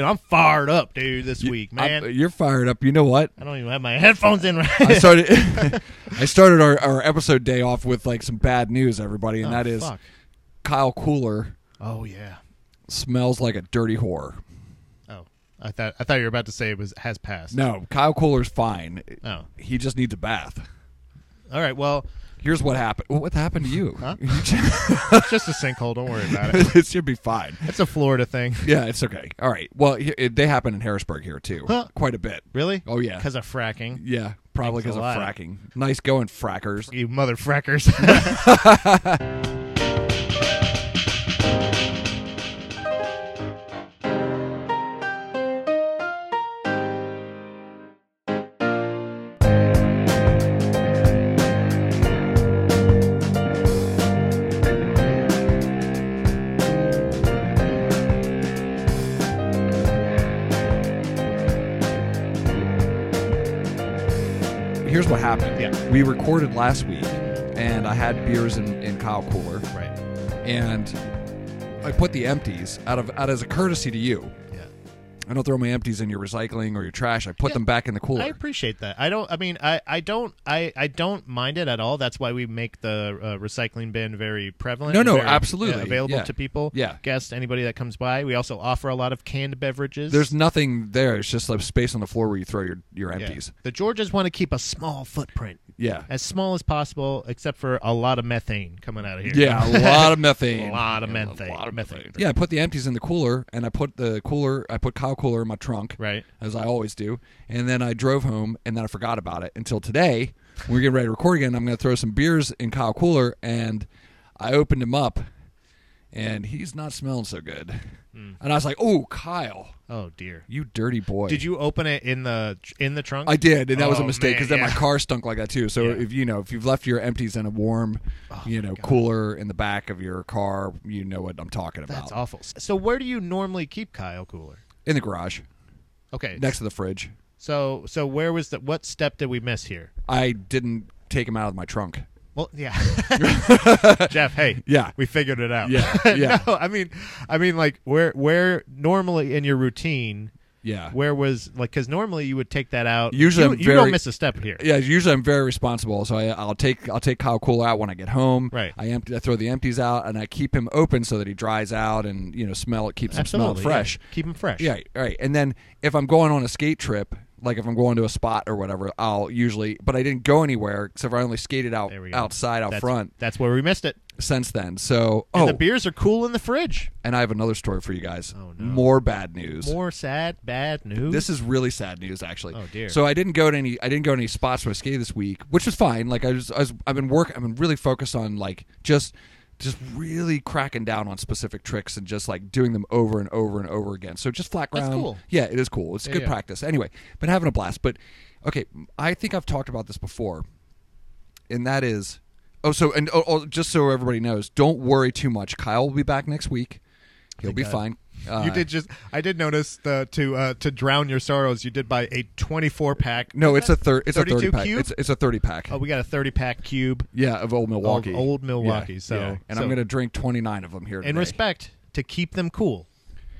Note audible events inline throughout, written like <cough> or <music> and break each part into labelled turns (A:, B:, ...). A: And I'm fired up, dude, this
B: You-
A: week,
B: I'm-
A: man.
B: you're fired up. You know what?
A: I don't even have my headphones in right <laughs>
B: I started. <laughs> I started our, our episode day off with like some bad news, everybody, and
A: Oh,
B: that is
A: fuck.
B: Kyle Cooler
A: Oh yeah.
B: smells like a dirty whore.
A: Oh, I thought I thought you were about to say it was has passed.
B: No, Kyle Cooler's fine.
A: Oh.
B: He just needs a bath.
A: All right. Well,
B: Here's what happened. What happened to you?
A: Huh?
B: <laughs> You just-
A: it's just a sinkhole. Don't worry about it.
B: it should be fine.
A: It's a Florida thing.
B: Yeah, it's okay. All right. Well, he- it, they happen in Harrisburg here too,
A: Huh?
B: quite a bit.
A: Really?
B: Oh, yeah.
A: Because of fracking.
B: Yeah, probably
A: Thanks
B: because
A: a
B: of
A: lot.
B: fracking. Nice going, frackers.
A: You mother
B: <laughs>
A: frackers.
B: Here's what happened.
A: Yeah.
B: We recorded last week, and I had beers in, in Kyle Cooler,
A: right.
B: and I put the empties out of out as a courtesy to you.
A: Yeah.
B: I don't throw my empties in your recycling or your trash. I put
A: Yeah.
B: them back in the cooler.
A: I appreciate that. I don't. I mean, I, I don't. I, I don't mind it at all. That's why we make the uh, recycling bin very prevalent.
B: No,
A: and
B: no,
A: very, uh,
B: absolutely.
A: available
B: Yeah.
A: to people.
B: Yeah.
A: guests, anybody that comes by. We also offer a lot of canned beverages.
B: There's nothing there. It's just like space on the floor where you throw your, your
A: Yeah.
B: empties.
A: The Georgians want to keep a small footprint,
B: Yeah.
A: as small as possible, except for a lot of methane coming out of here.
B: Yeah,
A: <laughs>
B: a lot of methane.
A: a lot of
B: Yeah,
A: methane. methane.
B: Yeah, I put the empties in the cooler, and I put the cooler, I put Kyle Cooler in my trunk,
A: Right.
B: as I always do. And then I drove home, and then I forgot about it until today. when We're getting ready to record again. I'm going to throw some beers in Kyle Cooler, and I opened him up, and he's not smelling so good.
A: Hmm.
B: And I was like, "Oh, Kyle,
A: Oh dear.
B: you dirty boy."
A: Did you open it in the in the trunk?
B: I did, and that was a
A: Oh,
B: mistake
A: man,
B: because then
A: yeah.
B: my car stunk like that too. So
A: Yeah. Oh,
B: if you know if you've left your empties in a warm, you know, cooler in the back of your car, you know what I'm talking about.
A: That's awful. So where do you normally keep Kyle Cooler?
B: In the garage,
A: Okay.
B: next to the fridge.
A: So so where was the what step did we miss here?
B: I didn't take them out of my trunk.
A: Well,
B: <laughs>
A: yeah. Jeff, hey.
B: Yeah.
A: We figured it out. <laughs>
B: Yeah, yeah.
A: no, I mean I mean like where where normally in your routine
B: Yeah.
A: where was like cuz normally you would take that out.
B: Usually
A: you,
B: I'm
A: you
B: very-
A: don't miss a step here.
B: yeah, usually I'm very responsible, so I, I'll take I'll take Kyle Cooler out when I get home.
A: Right.
B: I empty, I throw the empties out, and I keep him open so that he dries out and you know smell it keeps him smelling
A: Absolutely. yeah.
B: fresh.
A: Keep them fresh.
B: Yeah, right. And then if I'm going on a skate trip, like if I'm going to a spot or whatever, I'll usually. But I didn't go anywhere except for I only skated out
A: There we go.
B: outside out
A: That's,
B: front
A: That's where we missed it.
B: since then. So
A: And
B: oh,
A: the beers are cool in the fridge.
B: and I have another story for you guys.
A: Oh, no.
B: More bad news.
A: More sad bad news.
B: This is really sad news, actually.
A: Oh, dear.
B: So I didn't go to any. I didn't go to any spots where I skated this week, which was fine. Like I was, I was I've been work. I've been really focused on like just, just really cracking down on specific tricks and just like doing them over and over and over again. So just flat
A: That's
B: ground.
A: cool.
B: Yeah, it is cool. It's good
A: yeah.
B: practice. Anyway, been having a blast. But okay, I think I've talked about this before, and that is. Oh, so and oh, oh, just so everybody knows, don't worry too much. Kyle will be back next week. He'll be
A: God.
B: fine. Uh,
A: You did just. I did notice the to uh, to drown your sorrows. You did buy a twenty four pack.
B: No, it's a third. It's a
A: 32
B: thirty pack.
A: cube?
B: It's, it's a thirty pack.
A: Oh, we got a thirty pack cube.
B: Yeah, of old Milwaukee.
A: Old- old Milwaukee, so-
B: and
A: so-
B: I'm gonna drink 29 of them here.
A: In
B: today.
A: respect to keep them cool,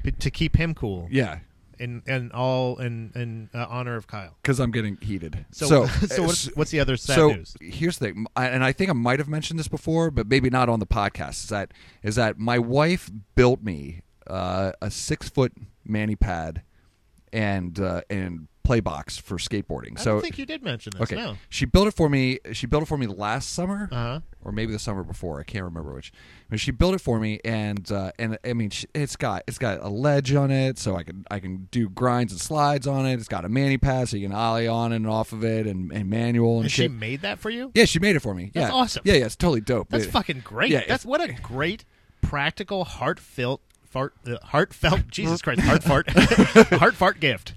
A: P- to keep him cool,
B: Yeah,
A: and and all in in uh, honor of Kyle.
B: because I'm getting heated.
A: <laughs> So
B: So, uh,
A: so what's, what's the other sad
B: so
A: news?
B: here's the thing, I- and I think I might have mentioned this before, but maybe not on the podcast. Is that is that my wife built me uh, a six foot mani pad and uh, and play box for skateboarding.
A: I
B: so
A: don't think you did mention this.
B: okay,
A: No.
B: she built it for me. She built it for me last summer.
A: Uh huh.
B: or maybe the summer before. I can't remember which. But she built it for me, and uh, and I mean, sh it's got it's got a ledge on it, so I can I can do grinds and slides on it. It's got a mani pad, so you can ollie on and off of it, and, and manual and,
A: And she
B: shit.
A: made that for you.
B: yeah, she made it for me.
A: That's
B: yeah,
A: awesome.
B: Yeah, yeah, it's totally dope.
A: That's
B: It-
A: fucking great.
B: yeah,
A: That's
B: it's- <laughs>
A: what a great practical heartfelt fart uh,
B: <laughs>
A: heartfelt Jesus Christ heart fart <laughs> heart fart gift.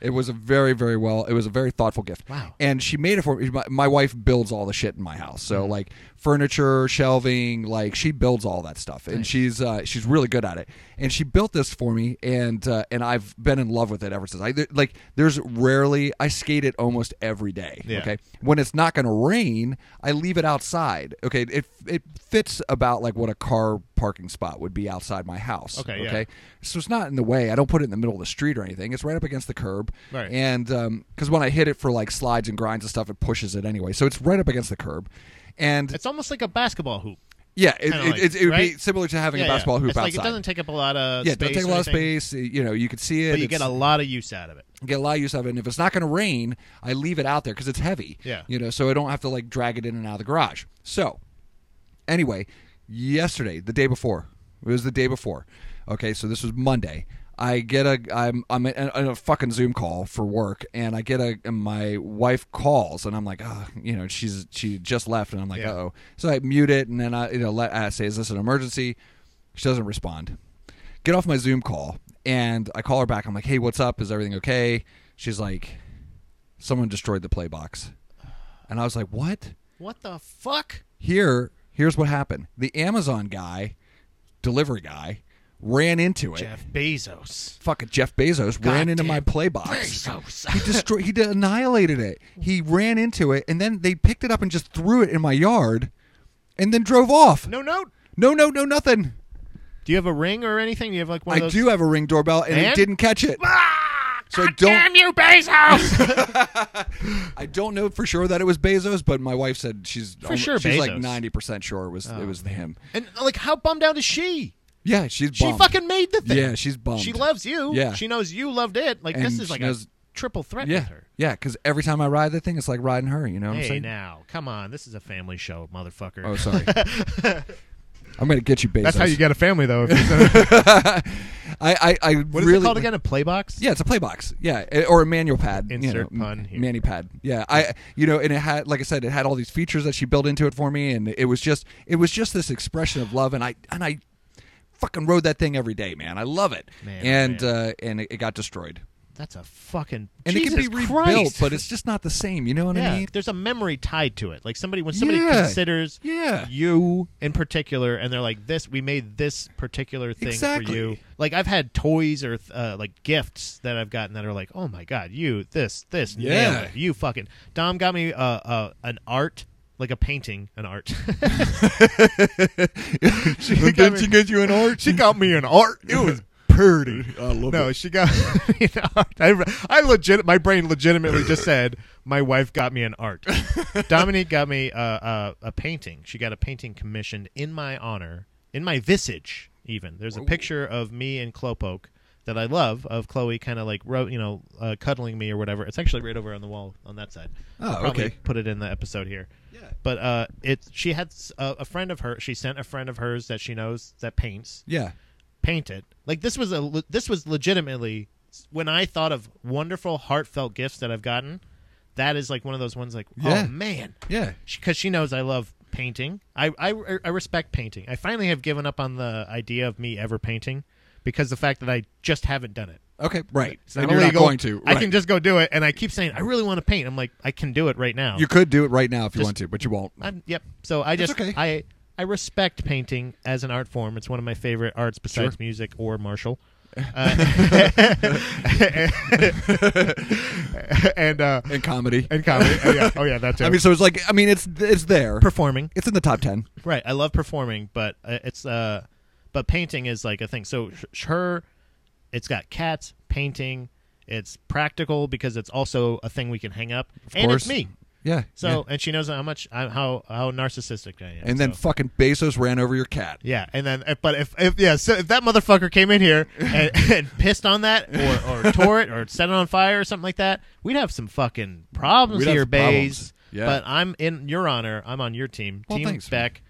B: It was a very, very well. It was a very thoughtful gift.
A: Wow.
B: And she made it for me. My, my wife builds all the shit in my house, so
A: Mm-hmm.
B: like furniture, shelving, like she builds all that stuff, and she's uh, she's really good at it. And she built this for me, and uh, and I've been in love with it ever since. I there- like there's rarely I skate it almost every day.
A: Yeah.
B: Okay. When it's not going to rain, I leave it outside. Okay. It it fits about like what a car parking spot would be outside my house.
A: Okay, yeah.
B: So it's not in the way. I don't put it in the middle of the street or anything. It's right up against the curb.
A: Right.
B: And because when I hit it for like slides and grinds and stuff, it pushes it anyway. So it's right up against the curb. And
A: It's almost like a basketball hoop.
B: yeah, it,
A: kinda
B: it,
A: like,
B: it, it would be
A: right?
B: similar to having
A: Yeah,
B: a
A: yeah.
B: basketball hoop
A: it's
B: outside.
A: Like it doesn't take up a lot of
B: yeah, it
A: space
B: doesn't take a
A: or
B: lot of
A: anything,
B: space. You know, you could see it.
A: but you get
B: It's-
A: a lot of use out of it.
B: get a lot of use out of it. And if it's not going to rain, I leave it out there because it's heavy.
A: Yeah.
B: You know, so I don't have to like drag it in and out of the garage. So, anyway, yesterday, the day before, it was the day before. Okay, so this was Monday. I get a I'm I'm in in a fucking Zoom call for work, and I get a and my wife calls, and I'm like, oh, you know, she's she just left, and I'm like,
A: Yeah.
B: uh oh. So I mute it, and then I you know let I say, is this an emergency? She doesn't respond get off my Zoom call. And I call her back. I'm like, hey, what's up? Is everything okay? She's like, someone destroyed the play box. And I was like, what?
A: What the fuck?
B: Here, here's what happened. The Amazon guy, delivery guy, ran into it.
A: Jeff Bezos.
B: Fucking Jeff Bezos ran into
A: Goddamn
B: my play box. he
A: Bezos.
B: destroyed. He annihilated it. He ran into it, and then they picked it up and just threw it in my yard, and then drove off.
A: no note.
B: No, no, no, nothing.
A: Do you have a ring or anything? Do you have like one
B: I
A: of those?
B: do have a ring doorbell, and, it
A: And? Ah.
B: didn't catch it. So I don't.
A: Damn you,
B: <laughs>
A: Bezos!
B: I don't know for sure that it was Bezos, but my wife said she's for
A: sure
B: She's like
A: Bezos. Oh,
B: ninety percent sure it was it was him.
A: and like, how bummed out is she?
B: Yeah, she's
A: She
B: bummed.
A: fucking made the thing.
B: yeah, she's bummed.
A: She loves you.
B: Um, Yeah.
A: She knows you loved it. Like this
B: And
A: is
B: she
A: like
B: knows-
A: a triple threat
B: yeah
A: with her.
B: yeah because every time I ride that thing, it's like riding her. You know what I'm
A: Hey
B: saying?
A: now, come on. This is a family show, motherfucker. <laughs>
B: Oh, sorry. I'm gonna get you Bezos.
A: get a family though.
B: I I, I
A: what is
B: <laughs> really
A: it called again? A play box?
B: Yeah, it's a play box. Yeah, eh, or a manual pad. you
A: Insert
B: know,
A: pun
B: m-
A: here.
B: Manny pad. Yeah, I you know, and it had like I said, it had all these features that she built into it for me, and it was just it was just this expression of love, and I and I fucking rode that thing every day, man. I love it,
A: Man, oh,
B: and
A: man.
B: Uh, and it, it got destroyed,
A: That's a fucking.
B: and
A: Jesus
B: it can be rebuilt,
A: Christ.
B: but it's just not the same. You know what
A: yeah,
B: I mean?
A: there's a memory tied to it. Like somebody when somebody
B: Yeah.
A: considers
B: Yeah.
A: you in particular, and they're like, "This we made this particular thing for
B: Exactly.
A: you." Like I've had toys or uh, like gifts that I've gotten that are like, "Oh my god, you this this nailed
B: Yeah.
A: it. you fucking." Dom got me uh, uh, an art. Like a painting, an art. <laughs> <laughs>
B: <laughs>
A: she,
B: Didn't she get you an art?
A: she got me an art. It was pretty.
B: <laughs> I love
A: No, she got <laughs> me an art. I, I legit, my brain legitimately just said, my wife got me an
B: <laughs>
A: art. Dominique got me uh, uh, a painting. She got a painting commissioned in my honor, in my visage, even. There's a picture of me and Clopoke that I love, of Chloe kind of like, ro- you know, uh, cuddling me or whatever. It's actually right over on the wall on that side.
B: Oh,
A: I'll probably
B: okay.
A: Put it in the episode here.
B: Yeah.
A: But uh, it, she had s- a, a friend of her. She sent a friend of hers that she knows that paints
B: Yeah.
A: paint it. Like this was a le- this was legitimately when I thought of wonderful heartfelt gifts that I've gotten. That is like one of those ones like
B: Yeah.
A: oh man,
B: Yeah.
A: because she, knows I love painting. I, er, I I respect painting. I finally have given up on the idea of me ever painting because the fact that I just haven't done it.
B: Okay. Right.
A: It's
B: And
A: not
B: you're
A: illegal.
B: not going to.
A: I
B: right.
A: can just go do it, and I keep saying I really want to paint. I'm like I can do it right now.
B: You could do it right now if you
A: Just-
B: want to, but you won't.
A: I'm, yep. So I
B: That's
A: just
B: okay.
A: I I respect painting as an art form. It's one of my favorite arts besides
B: Sure.
A: music or
B: <laughs>
A: martial. Uh, <laughs> and uh, <laughs>
B: And comedy.
A: and comedy. Oh yeah, oh yeah, that's it.
B: <laughs> I mean, so it's like I mean, it's it's there.
A: performing.
B: It's in the top ten.
A: Right. I love performing, but uh, it's uh, but painting is like a thing. So sh- her, it's got cats painting. It's practical because it's also a thing we can hang up, and
B: course.
A: it's me.
B: Yeah.
A: So
B: yeah.
A: and she knows how much I, how how narcissistic I am.
B: and then
A: so.
B: fucking Bezos ran over your cat.
A: Yeah, and then if- but if, if yeah, so if that motherfucker came in
B: <laughs>
A: here and, and pissed on that or, or tore it or set it on fire or something like that, we'd have some fucking problems
B: We'd have
A: here,
B: some problems.
A: Bays.
B: Yeah.
A: But I'm in your honor. I'm on your team,
B: Well,
A: Team
B: thanks, man.
A: Beck.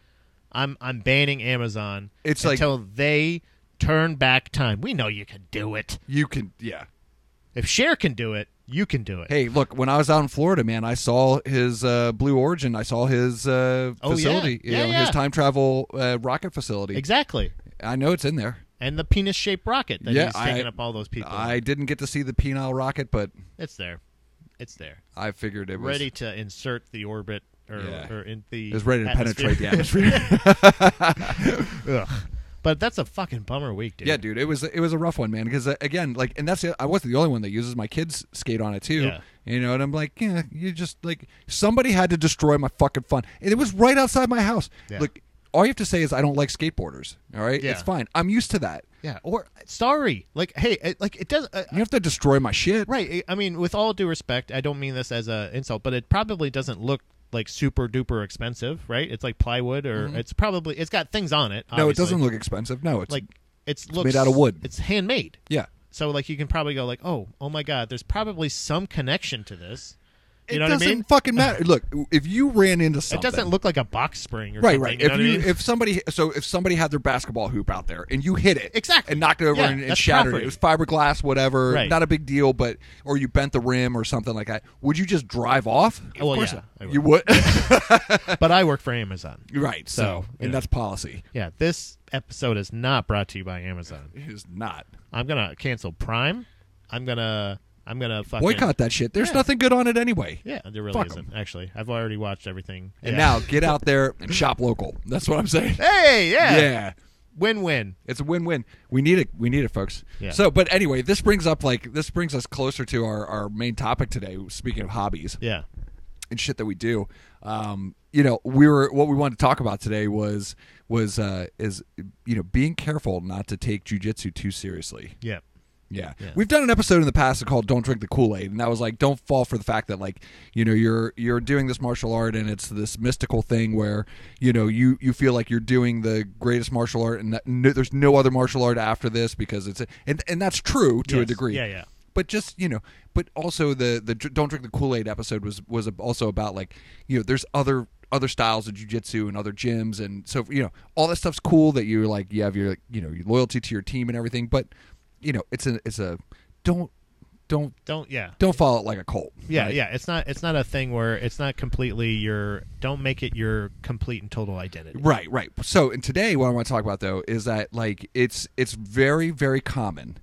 A: I'm I'm banning Amazon
B: It's like-
A: until they turn back time. We know you can do it.
B: You can, yeah.
A: If Cher can do it, you can do it.
B: Hey, look, when I was out in Florida, man, I saw his uh, Blue Origin. I saw his uh,
A: Oh, yeah.
B: facility, you
A: Yeah,
B: know, his
A: yeah.
B: time travel uh, rocket facility.
A: Exactly.
B: I know it's in there.
A: And the penis shaped rocket that
B: Yeah,
A: he's
B: I-
A: taking up all those people.
B: I didn't get to see the penile rocket, but
A: it's there. It's there.
B: I figured it was
A: ready to insert the orbit or,
B: Yeah.
A: or in the
B: It was ready to
A: atmosphere.
B: penetrate the
A: <laughs>
B: atmosphere.
A: Ugh. But that's a fucking bummer week, dude.
B: yeah, dude, it was it was a rough one, man. Because uh, again, like, and that's it. I wasn't the only one that uses. My kids skate on it too.
A: Yeah.
B: You know, and I'm like, yeah, you just like somebody had to destroy my fucking fun, and it was right outside my house.
A: Yeah.
B: Look, all you have to say is I don't like skateboarders. All right,
A: Yeah.
B: it's fine. I'm used to that.
A: Yeah, or sorry. Like, hey, it, like it does. Uh,
B: You have to destroy my shit.
A: right. it- I mean, with all due respect, I don't mean this as a insult, but it probably doesn't look like super duper expensive, right? It's like plywood, or it's probably it's got things on it.
B: Mm-hmm. No, it
A: obviously.
B: doesn't look expensive. No, it's
A: like it's, looks
B: made out of wood.
A: It's handmade.
B: yeah.
A: So like you can probably go like, oh, oh my god, there's probably some connection to this. You
B: it
A: know what
B: doesn't
A: I mean? <laughs>
B: fucking matter. Look, if you ran into something,
A: It doesn't look like a box spring or
B: right,
A: something.
B: right.
A: You know
B: if
A: what
B: you
A: I mean?
B: if somebody so if somebody had their basketball hoop out there and you hit it
A: Exactly.
B: and knocked it over
A: Yeah,
B: and, and
A: that's
B: shattered
A: property.
B: it, it was fiberglass, whatever,
A: Right.
B: not a big deal, but or you bent the rim or something like that, would you just drive off?
A: Well,
B: of course
A: yeah,
B: not.
A: I would.
B: you
A: <laughs>
B: would.
A: but I work for Amazon.
B: right. So,
A: So, yeah.
B: and that's policy.
A: Yeah, this episode is not brought to you by Amazon.
B: It is not
A: I'm gonna cancel Prime. I'm gonna I'm gonna fucking
B: boycott that shit. There's
A: Yeah.
B: nothing good on it anyway.
A: Yeah, there really
B: Fuck 'em.
A: isn't. Actually, I've already watched everything.
B: And
A: Yeah.
B: now get
A: <laughs>
B: out there and shop local. That's what I'm saying.
A: hey, yeah,
B: yeah.
A: win-win.
B: It's a win-win. We need it. We need it, folks.
A: Yeah.
B: So, but anyway, this brings up like this brings us closer to our our main topic today. Speaking of hobbies
A: Yeah,
B: and shit that we do, um, you know, we were what we wanted to talk about today was was uh, is you know being careful not to take jujitsu too seriously.
A: yeah,
B: Yeah.
A: Yeah.
B: We've done an episode in the past called Don't Drink the Kool-Aid and that was like don't fall for the fact that like, you know, you're you're doing this martial art and it's this mystical thing where, you know, you you feel like you're doing the greatest martial art and that, no, there's no other martial art after this because it's a, and and that's true to a
A: Yes.
B: degree.
A: Yeah, yeah.
B: But just, you know, but also the the Dr- Don't Drink the Kool-Aid episode was was also about like, you know, there's other other styles of jujitsu and other gyms and so you know all that stuff's cool that you like you have your you know your loyalty to your team and everything but you know it's a it's a don't don't
A: don't yeah.
B: don't follow it like a cult
A: Yeah,
B: right?
A: yeah, it's not it's not a thing where it's not completely your don't make it your complete and total identity.
B: right right so and today what i want to talk about though is that like it's it's very very common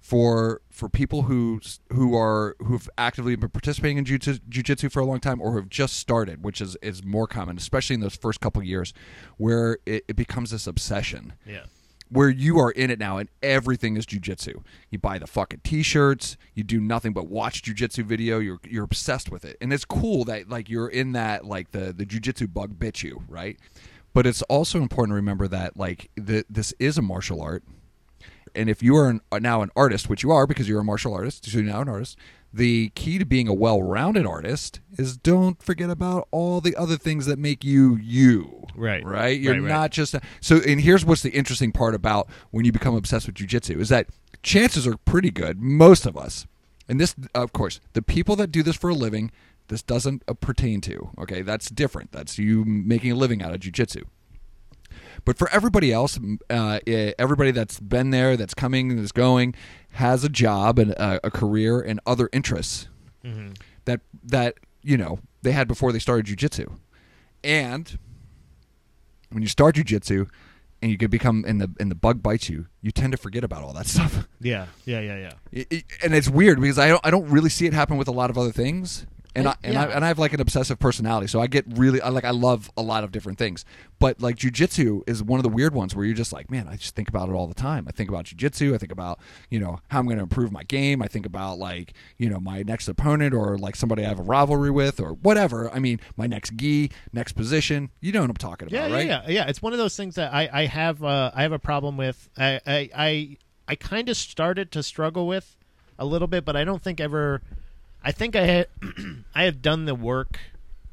B: for for people who who are who've actively been participating in jiu-jitsu, jiu-jitsu for a long time or who have just started which is is more common especially in those first couple years where it, it becomes this obsession
A: Yeah.
B: where you are in it now and everything is jujitsu. You buy the fucking t-shirts, you do nothing but watch jujitsu video, you're you're obsessed with it. And it's cool that like you're in that like the the jujitsu bug bit you, right? But it's also important to remember that like the, this is a martial art. And if you are an, are now an artist, which you are because you're a martial artist, so you're now an artist, the key to being a well-rounded artist is don't forget about all the other things that make you you.
A: Right.
B: Right? You're
A: Right, right.
B: not not just so and here's what's the interesting part about when you become obsessed with jujitsu is that chances are pretty good most of us and this of course the people that do this for a living this doesn't uh, pertain to okay that's different that's you making a living out of jujitsu but for everybody else, m- uh, eh, everybody that's been there, that's coming and is going, has a job and a, a career and other interests that that you know they had before they started jujitsu. And when you start jujitsu, and you could become and the and the bug bites you, you tend to forget about all that <laughs> stuff.
A: Yeah. Yeah, yeah, yeah.
B: It- it- and it's weird because I don't I don't really see it happen with a lot of other things. And I, and, I,
A: Yeah.
B: and I have like an obsessive personality, so I get really I like I love a lot of different things. But like jujitsu is one of the weird ones where you're just like, man, I just think about it all the time. I think about jujitsu. I think about you know how I'm going to improve my game. I think about like you know my next opponent or like somebody I have a rivalry with or whatever. I mean, my next gi, next position. You know what I'm talking about,
A: Yeah,
B: right?
A: yeah, yeah, yeah. It's one of those things that I, I have uh, I have a problem with. I I I, I kind of started to struggle with a little bit, but I don't think ever. I think I had <clears throat> I have done the work,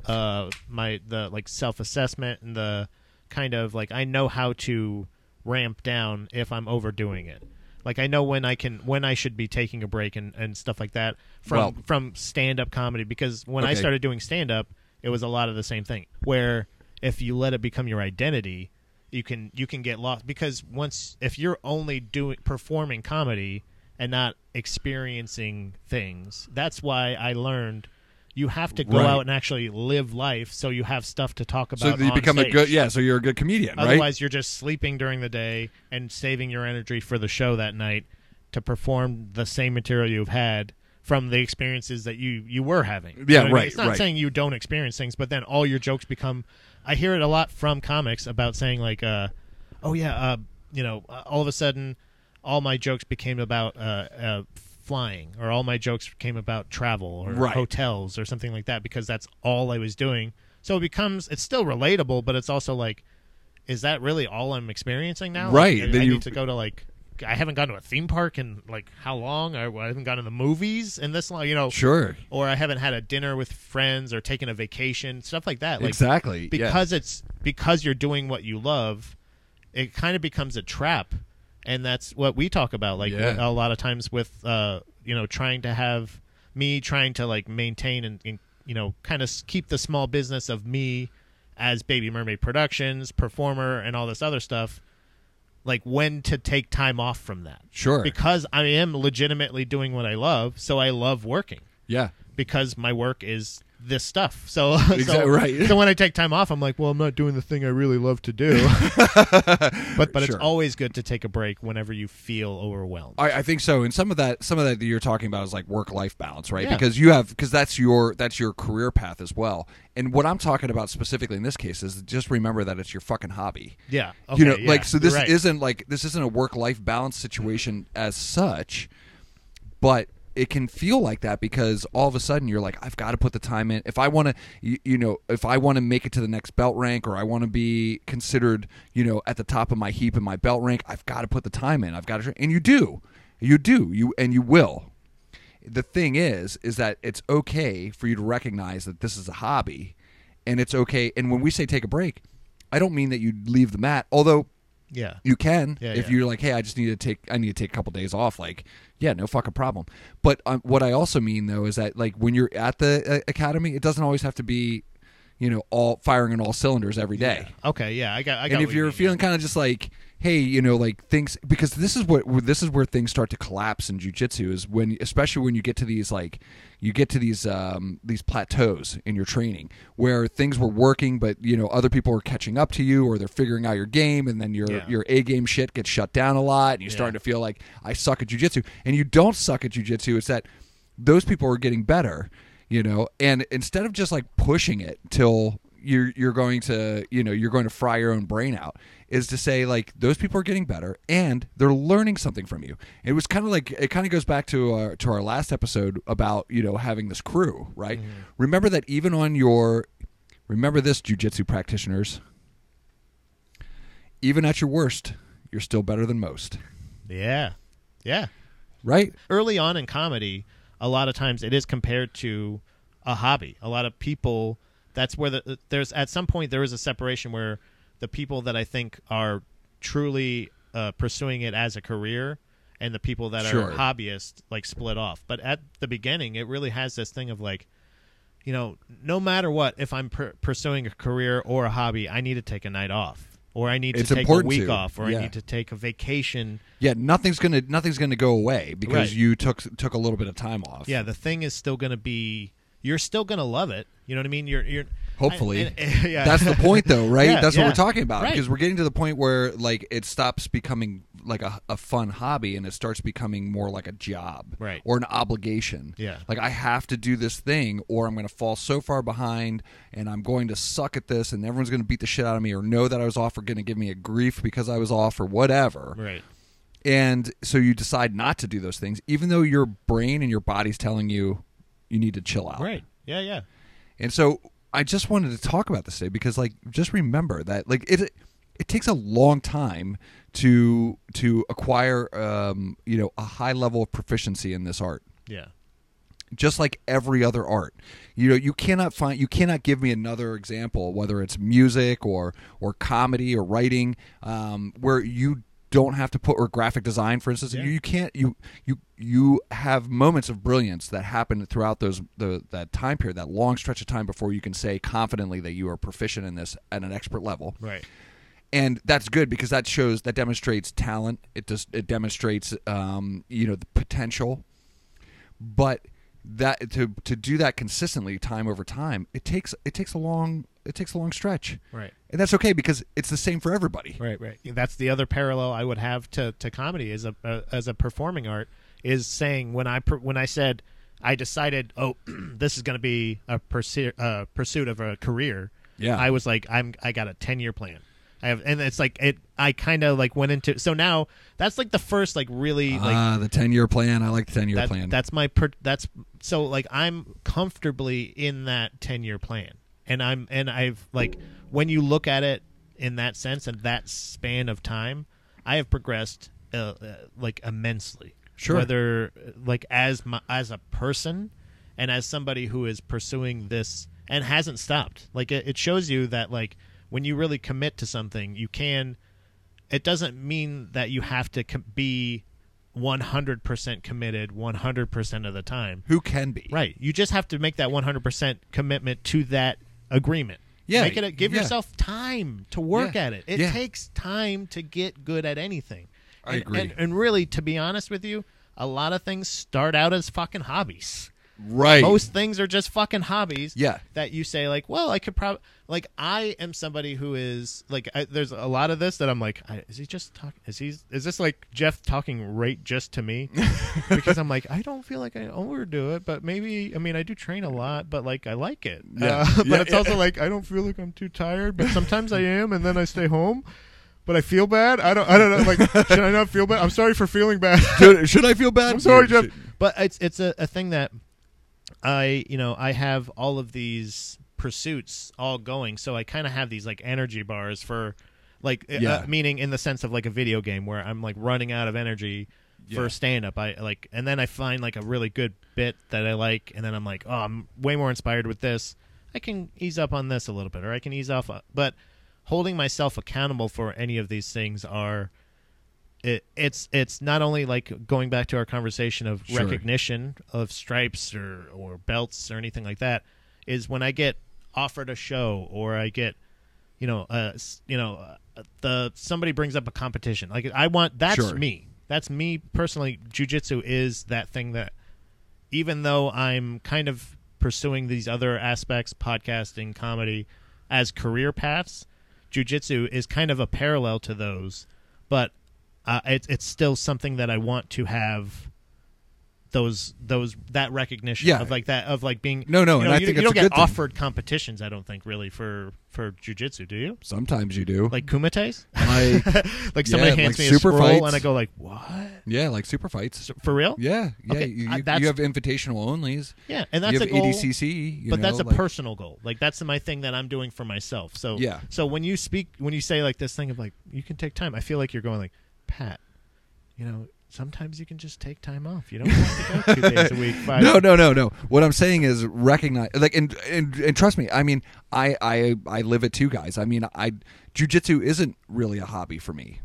A: uh, my the like self assessment and the kind of like I know how to ramp down if I'm overdoing it. Like I know when I can when I should be taking a break and, and stuff like that from
B: Well-
A: from stand up comedy because when I
B: Okay.
A: started doing stand up, it was a lot of the same thing. Where if you let it become your identity, you can you can get lost because once if you're only doing performing comedy and not experiencing things, that's why I learned you have to go
B: Right.
A: out and actually live life so you have stuff to talk about.
B: So you
A: on
B: become a
A: stage.
B: good yeah. So you're a good comedian, right?
A: Otherwise, you're just sleeping during the day and saving your energy for the show that night to perform the same material you've had from the experiences that you you were having. You know
B: Yeah,
A: what I mean?
B: right,
A: It's not
B: right.
A: saying you don't experience things, but then all your jokes become. I hear it a lot from comics about saying like, uh, "Oh yeah, uh, you know, uh, all of a sudden, all my jokes became about." Uh, uh, flying or all my jokes came about travel or
B: Right.
A: hotels or something like that because that's all I was doing. So it becomes it's still relatable, but it's also like is that really all I'm experiencing now?
B: Right,
A: Like, I,
B: then
A: I
B: you-
A: need to go to like I haven't gone to a theme park in like how long? I, I haven't gone to the movies in this long. You know,
B: Sure.
A: or I haven't had a dinner with friends or taken a vacation, stuff like that. Like
B: exactly. yeah.
A: because it's because you're doing what you love, it kind of becomes a trap, and that's what we talk about. Like
B: Yeah.
A: a lot of times with uh, you know trying to have me trying to like maintain and, and you know kind of keep the small business of me as Baby Mermaid Productions performer and all this other stuff. Like when to take time off from that
B: Sure.
A: because I am legitimately doing what I love, so I love working
B: yeah.
A: because my work is this stuff. So, <laughs> so
B: Exact- right.
A: So when I take time off, I'm like, well, I'm not doing the thing I really love to
B: <laughs>
A: do. but but it's
B: Sure.
A: always good to take a break whenever you feel overwhelmed.
B: I, I think so, and some of that, some of that that you're talking about is like work-life balance, right?
A: Yeah.
B: Because you have, because that's your that's your career path as well. And what I'm talking about specifically in this case is just remember that it's your fucking hobby.
A: yeah.
B: you know,
A: okay, yeah,
B: like so
A: you're
B: this
A: right.
B: isn't like this isn't a work-life balance situation as such, but it can feel like that because all of a sudden you're like, I've got to put the time in if I want to, you, you know, if I want to make it to the next belt rank or I want to be considered, you know, at the top of my heap in my belt rank, I've got to put the time in. I've got to, and you do, you do, you and you will. The thing is, is that it's okay for you to recognize that this is a hobby, and it's okay. And when we say take a break, I don't mean that you leave the mat, although
A: yeah.
B: you can
A: Yeah,
B: if
A: yeah.
B: you're like, hey, I just need to take I need to take a couple days off. Like, yeah, no fucking problem. But um, what I also mean though is that like when you're at the uh, academy, it doesn't always have to be, you know, all firing on all cylinders every day.
A: Okay. Yeah. I got. I got
B: And
A: what
B: if
A: you
B: you're
A: mean,
B: feeling kind of just like, hey, you know, like things because this is what this is where things start to collapse in jujitsu is when especially when you get to these like you get to these um, these plateaus in your training where things were working but you know other people are catching up to you or they're figuring out your game and then your
A: Yeah.
B: your A game shit gets shut down a lot and you're starting to feel like I suck at jujitsu and you don't suck at jujitsu it's that those people are getting better you know and instead of just like pushing it till you're you're going to you know you're going to fry your own brain out is to say like those people are getting better and they're learning something from you it was kind of like it kind of goes back to our to our last episode about you know having this crew right remember that even on your remember this jujitsu practitioners even at your worst you're still better than most
A: Yeah. Yeah.
B: right
A: early on in comedy, a lot of times it is compared to a hobby. A lot of people that's where the there's at some point there is a separation where the people that I think are truly uh, pursuing it as a career and the people that
B: Sure.
A: are hobbyists like split off. But at the beginning, it really has this thing of like you know, no matter what, if I'm per- pursuing a career or a hobby, I need to take a night off, or I need to
B: It's
A: take a
B: important
A: week
B: to,
A: off, or
B: yeah.
A: I need to take a vacation.
B: yeah nothing's gonna nothing's gonna go away because
A: Right.
B: you took took a little bit of time off
A: yeah the thing is still gonna be you're still gonna love it you know what i mean you're you're
B: Hopefully.
A: I- and- <laughs> yeah.
B: That's the point, though, right?
A: Yeah,
B: That's what
A: yeah.
B: we're talking about
A: Right.
B: because we're getting to the point where like it stops becoming like a, a fun hobby and it starts becoming more like a job,
A: Right.
B: Or an obligation,
A: Yeah.
B: Like I have to do this thing, or I'm going to fall so far behind, and I'm going to suck at this, and everyone's going to beat the shit out of me, or know that I was off, or going to give me a grief because I was off, or whatever,
A: right
B: and so you decide not to do those things, even though your brain and your body's telling you you need to chill out,
A: right yeah yeah
B: and so I just wanted to talk about this today because like just remember that like it it takes a long time to to acquire um, you know a high level of proficiency in this art
A: yeah
B: just like every other art. You know, you cannot find you cannot give me another example, whether it's music or or comedy or writing, um, where you don't have to put or graphic design, for instance.
A: Yeah.
B: You, you can't you you you have moments of brilliance that happen throughout those the that time period, that long stretch of time before you can say confidently that you are proficient in this at an expert level
A: right
B: and that's good because that shows that demonstrates talent. It does it demonstrates um, you know the potential, but that to to do that consistently time over time it takes it takes a long it takes a long stretch
A: right
B: and that's okay because it's the same for everybody
A: right right that's the other parallel i would have to to comedy as a uh, as a performing art is saying when i per- when i said i decided oh <clears throat> this is gonna be a pursuit uh, pursuit of a career
B: Yeah.
A: i was like i'm i got a 10 year plan I have, and it's like it. I kind of like went into so now that's like the first like really like
B: ah the 10 year plan i like the 10 year
A: that-
B: plan
A: That's my per- that's so like I'm comfortably in that 10 year plan. And I'm and I've like when you look at it in that sense and that span of time, I have progressed uh, uh, like immensely.
B: Sure.
A: Whether uh, like as my as a person and as somebody who is pursuing this and hasn't stopped. Like it, it shows you that like when you really commit to something, you can it doesn't mean that you have to com- be 100% committed 100% of the time.
B: Who can be?
A: Right. You just have to make that 100% commitment to that agreement.
B: Yeah,
A: Make it a, give
B: yeah.
A: yourself time to work
B: Yeah,
A: at it. It
B: yeah.
A: takes time to get good at anything.
B: I
A: and,
B: agree.
A: And, and really, to be honest with you, a lot of things start out as fucking hobbies.
B: Right.
A: Most things are just fucking hobbies.
B: Yeah.
A: That you say like, well, I could probably like I am somebody who is like, I, there's a lot of this that I'm like, I, is he just talking? Is he? Is this like Jeff talking right just to
B: <laughs>
A: me? because I'm like, I don't feel like I overdo it, but maybe I mean I do train a lot, but like I like it.
B: Yeah.
A: Uh, <laughs> but
B: Yeah,
A: it's
B: yeah.
A: also like I don't feel like I'm too tired, but sometimes I am, and then I stay home. But I feel bad. I don't. I don't know. Like, should I not feel bad? I'm sorry for feeling bad.
B: Should, should I feel bad?
A: I'm sorry,
B: Yeah,
A: Jeff. But it's it's a, a thing that I you know I have all of these pursuits all going, so I kind of have these like energy bars for like
B: Yeah.
A: uh, meaning in the sense of like a video game where I'm like running out of energy
B: Yeah.
A: for stand up. I like and then I find like a really good bit that I like, and then I'm like, oh, I'm way more inspired with this. I can ease up on this a little bit, or I can ease off. uh, But holding myself accountable for any of these things are it, it's it's not only like going back to our conversation of
B: Sure.
A: recognition of stripes or or belts or anything like that is when I get offered a show or I get you know uh s- you know uh, the somebody brings up a competition like I want that's
B: Sure.
A: me that's me personally jujitsu is that thing that even though I'm kind of pursuing these other aspects, podcasting, comedy, as career paths, jujitsu is kind of a parallel to those, but uh, it's it's still something that I want to have those those that recognition
B: Yeah.
A: of like that of like being
B: No, no,
A: you
B: and
A: know,
B: I
A: you,
B: think
A: you
B: it's
A: don't get
B: a good thing.
A: offered competitions I don't think really for for jujitsu do you
B: Sometimes you do.
A: like kumites <laughs>
B: Like,
A: like somebody
B: Yeah,
A: hands me
B: like
A: a
B: super
A: scroll
B: fights.
A: and I go like what
B: yeah, like super fights.
A: for real
B: Yeah, yeah.
A: Okay,
B: you,
A: I-
B: you,
A: that's-
B: you have invitational onlys.
A: yeah and that's
B: you
A: a
B: have
A: goal
B: ADCC. you
A: but that's a
B: know, like-
A: personal goal. Like that's my thing that I'm doing for myself. So
B: Yeah.
A: So when you speak, when you say like this thing of like you can take time, I feel like you're going like Pat. You know, sometimes you can just take time off. You don't have to go two days a
B: <laughs>
A: week. Five
B: No, no, no, no. What I'm saying is recognize, like, and and, and trust me. I mean, I, I I live it too, guys. I mean, I jujitsu isn't really a hobby for me.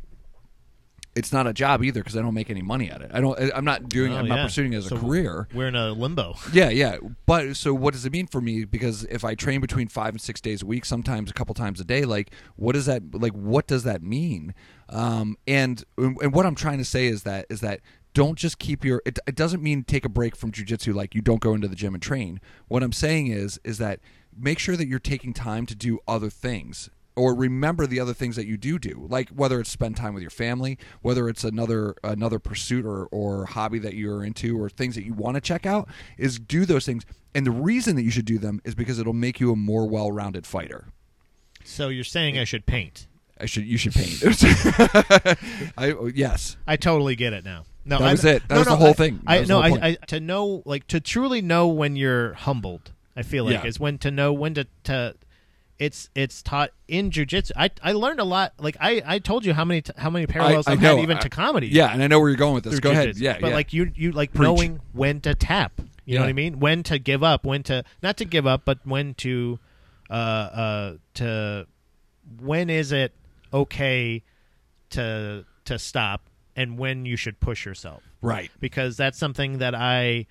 B: It's not a job either because I don't make any money at it. I don't. I- I'm not doing.
A: Oh,
B: I'm
A: yeah.
B: not pursuing it as
A: So
B: a career.
A: We're in a limbo.
B: Yeah, yeah. But so what does it mean for me? Because if I train between five and six days a week, sometimes a couple times a day, like what does that like what does that mean? Um, and and what I'm trying to say is that is that don't just keep your it, it doesn't mean take a break from jujitsu like you don't go into the gym and train. What I'm saying is is that make sure that you're taking time to do other things or remember the other things that you do do like whether it's spend time with your family whether it's another another pursuit or, or hobby that you're into or things that you want to check out is do those things and the reason that you should do them is because it'll make you a more well-rounded fighter
A: So you're saying I should paint?
B: I should you should paint <laughs> I, oh, yes
A: I totally get it now. No,
B: That
A: I,
B: was it. That
A: no,
B: was the
A: no,
B: whole
A: I-
B: thing. That
A: I
B: was the
A: no,
B: whole
A: I,
B: point.
A: I to know like to truly know when you're humbled. I feel like
B: Yeah.
A: is when to know when to to. It's it's taught in jujitsu. I I learned a lot. Like I I told you how many t- how many parallels
B: I
A: I've
B: know.
A: had even
B: I-
A: to comedy.
B: yeah and I know where you're going with this
A: through
B: go ahead
A: jujitsu.
B: yeah
A: but
B: yeah.
A: like you you like knowing when to tap. You know
B: Yeah.
A: what I mean? When to give up. When to not to give up, but when to uh uh to when is it okay to to stop and when you should push yourself
B: right
A: because that's something that I,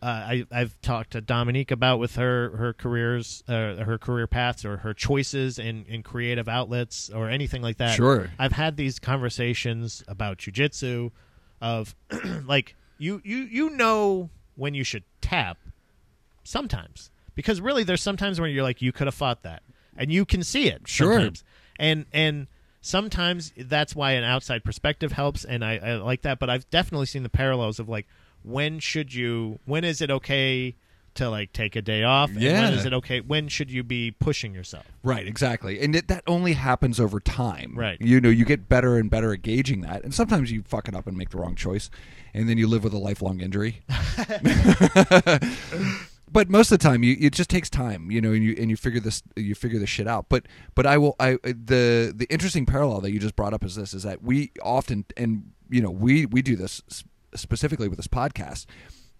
A: uh, I I've talked to Dominique about with her her careers, uh, her career paths, or her choices in in creative outlets or anything like that.
B: Sure.
A: I've had these conversations about jujitsu, of <clears throat> like you you you know when you should tap, sometimes because really there's sometimes when you're like you could have fought that and you can see it
B: Sure.
A: sometimes. and and sometimes that's why an outside perspective helps and I, I like that but i've definitely seen the parallels of like when should you when is it okay to like take a day off and
B: Yeah.
A: when is it okay when should you be pushing yourself
B: Right, exactly. And it, that only happens over time.
A: Right.
B: You know, you get better and better at gauging that. And sometimes you fuck it up and make the wrong choice. And then you live with a lifelong injury. but most of the time, you it just takes time, you know, and you and you figure this you figure this shit out. But but I will I the the interesting parallel that you just brought up is this is that we often and you know we we do this s- specifically with this podcast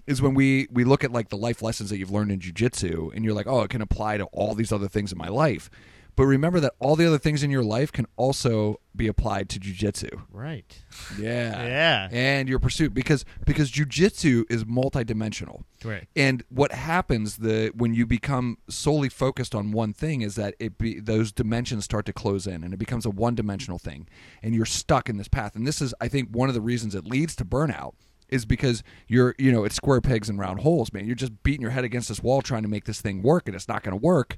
B: is when we we look at like the life lessons that you've learned in jujitsu and you're like oh it can apply to all these other things in my life. But remember that all the other things in your life can also be applied to jujitsu.
A: Right.
B: Uh, Yeah.
A: Yeah.
B: And your pursuit because because jujitsu is multidimensional.
A: Right.
B: And what happens the when you become solely focused on one thing is that it be, those dimensions start to close in and it becomes a one-dimensional thing and you're stuck in this path. And this is I think one of the reasons it leads to burnout is because you're you know it's square pegs and round holes, man. You're just beating your head against this wall trying to make this thing work and it's not going to work.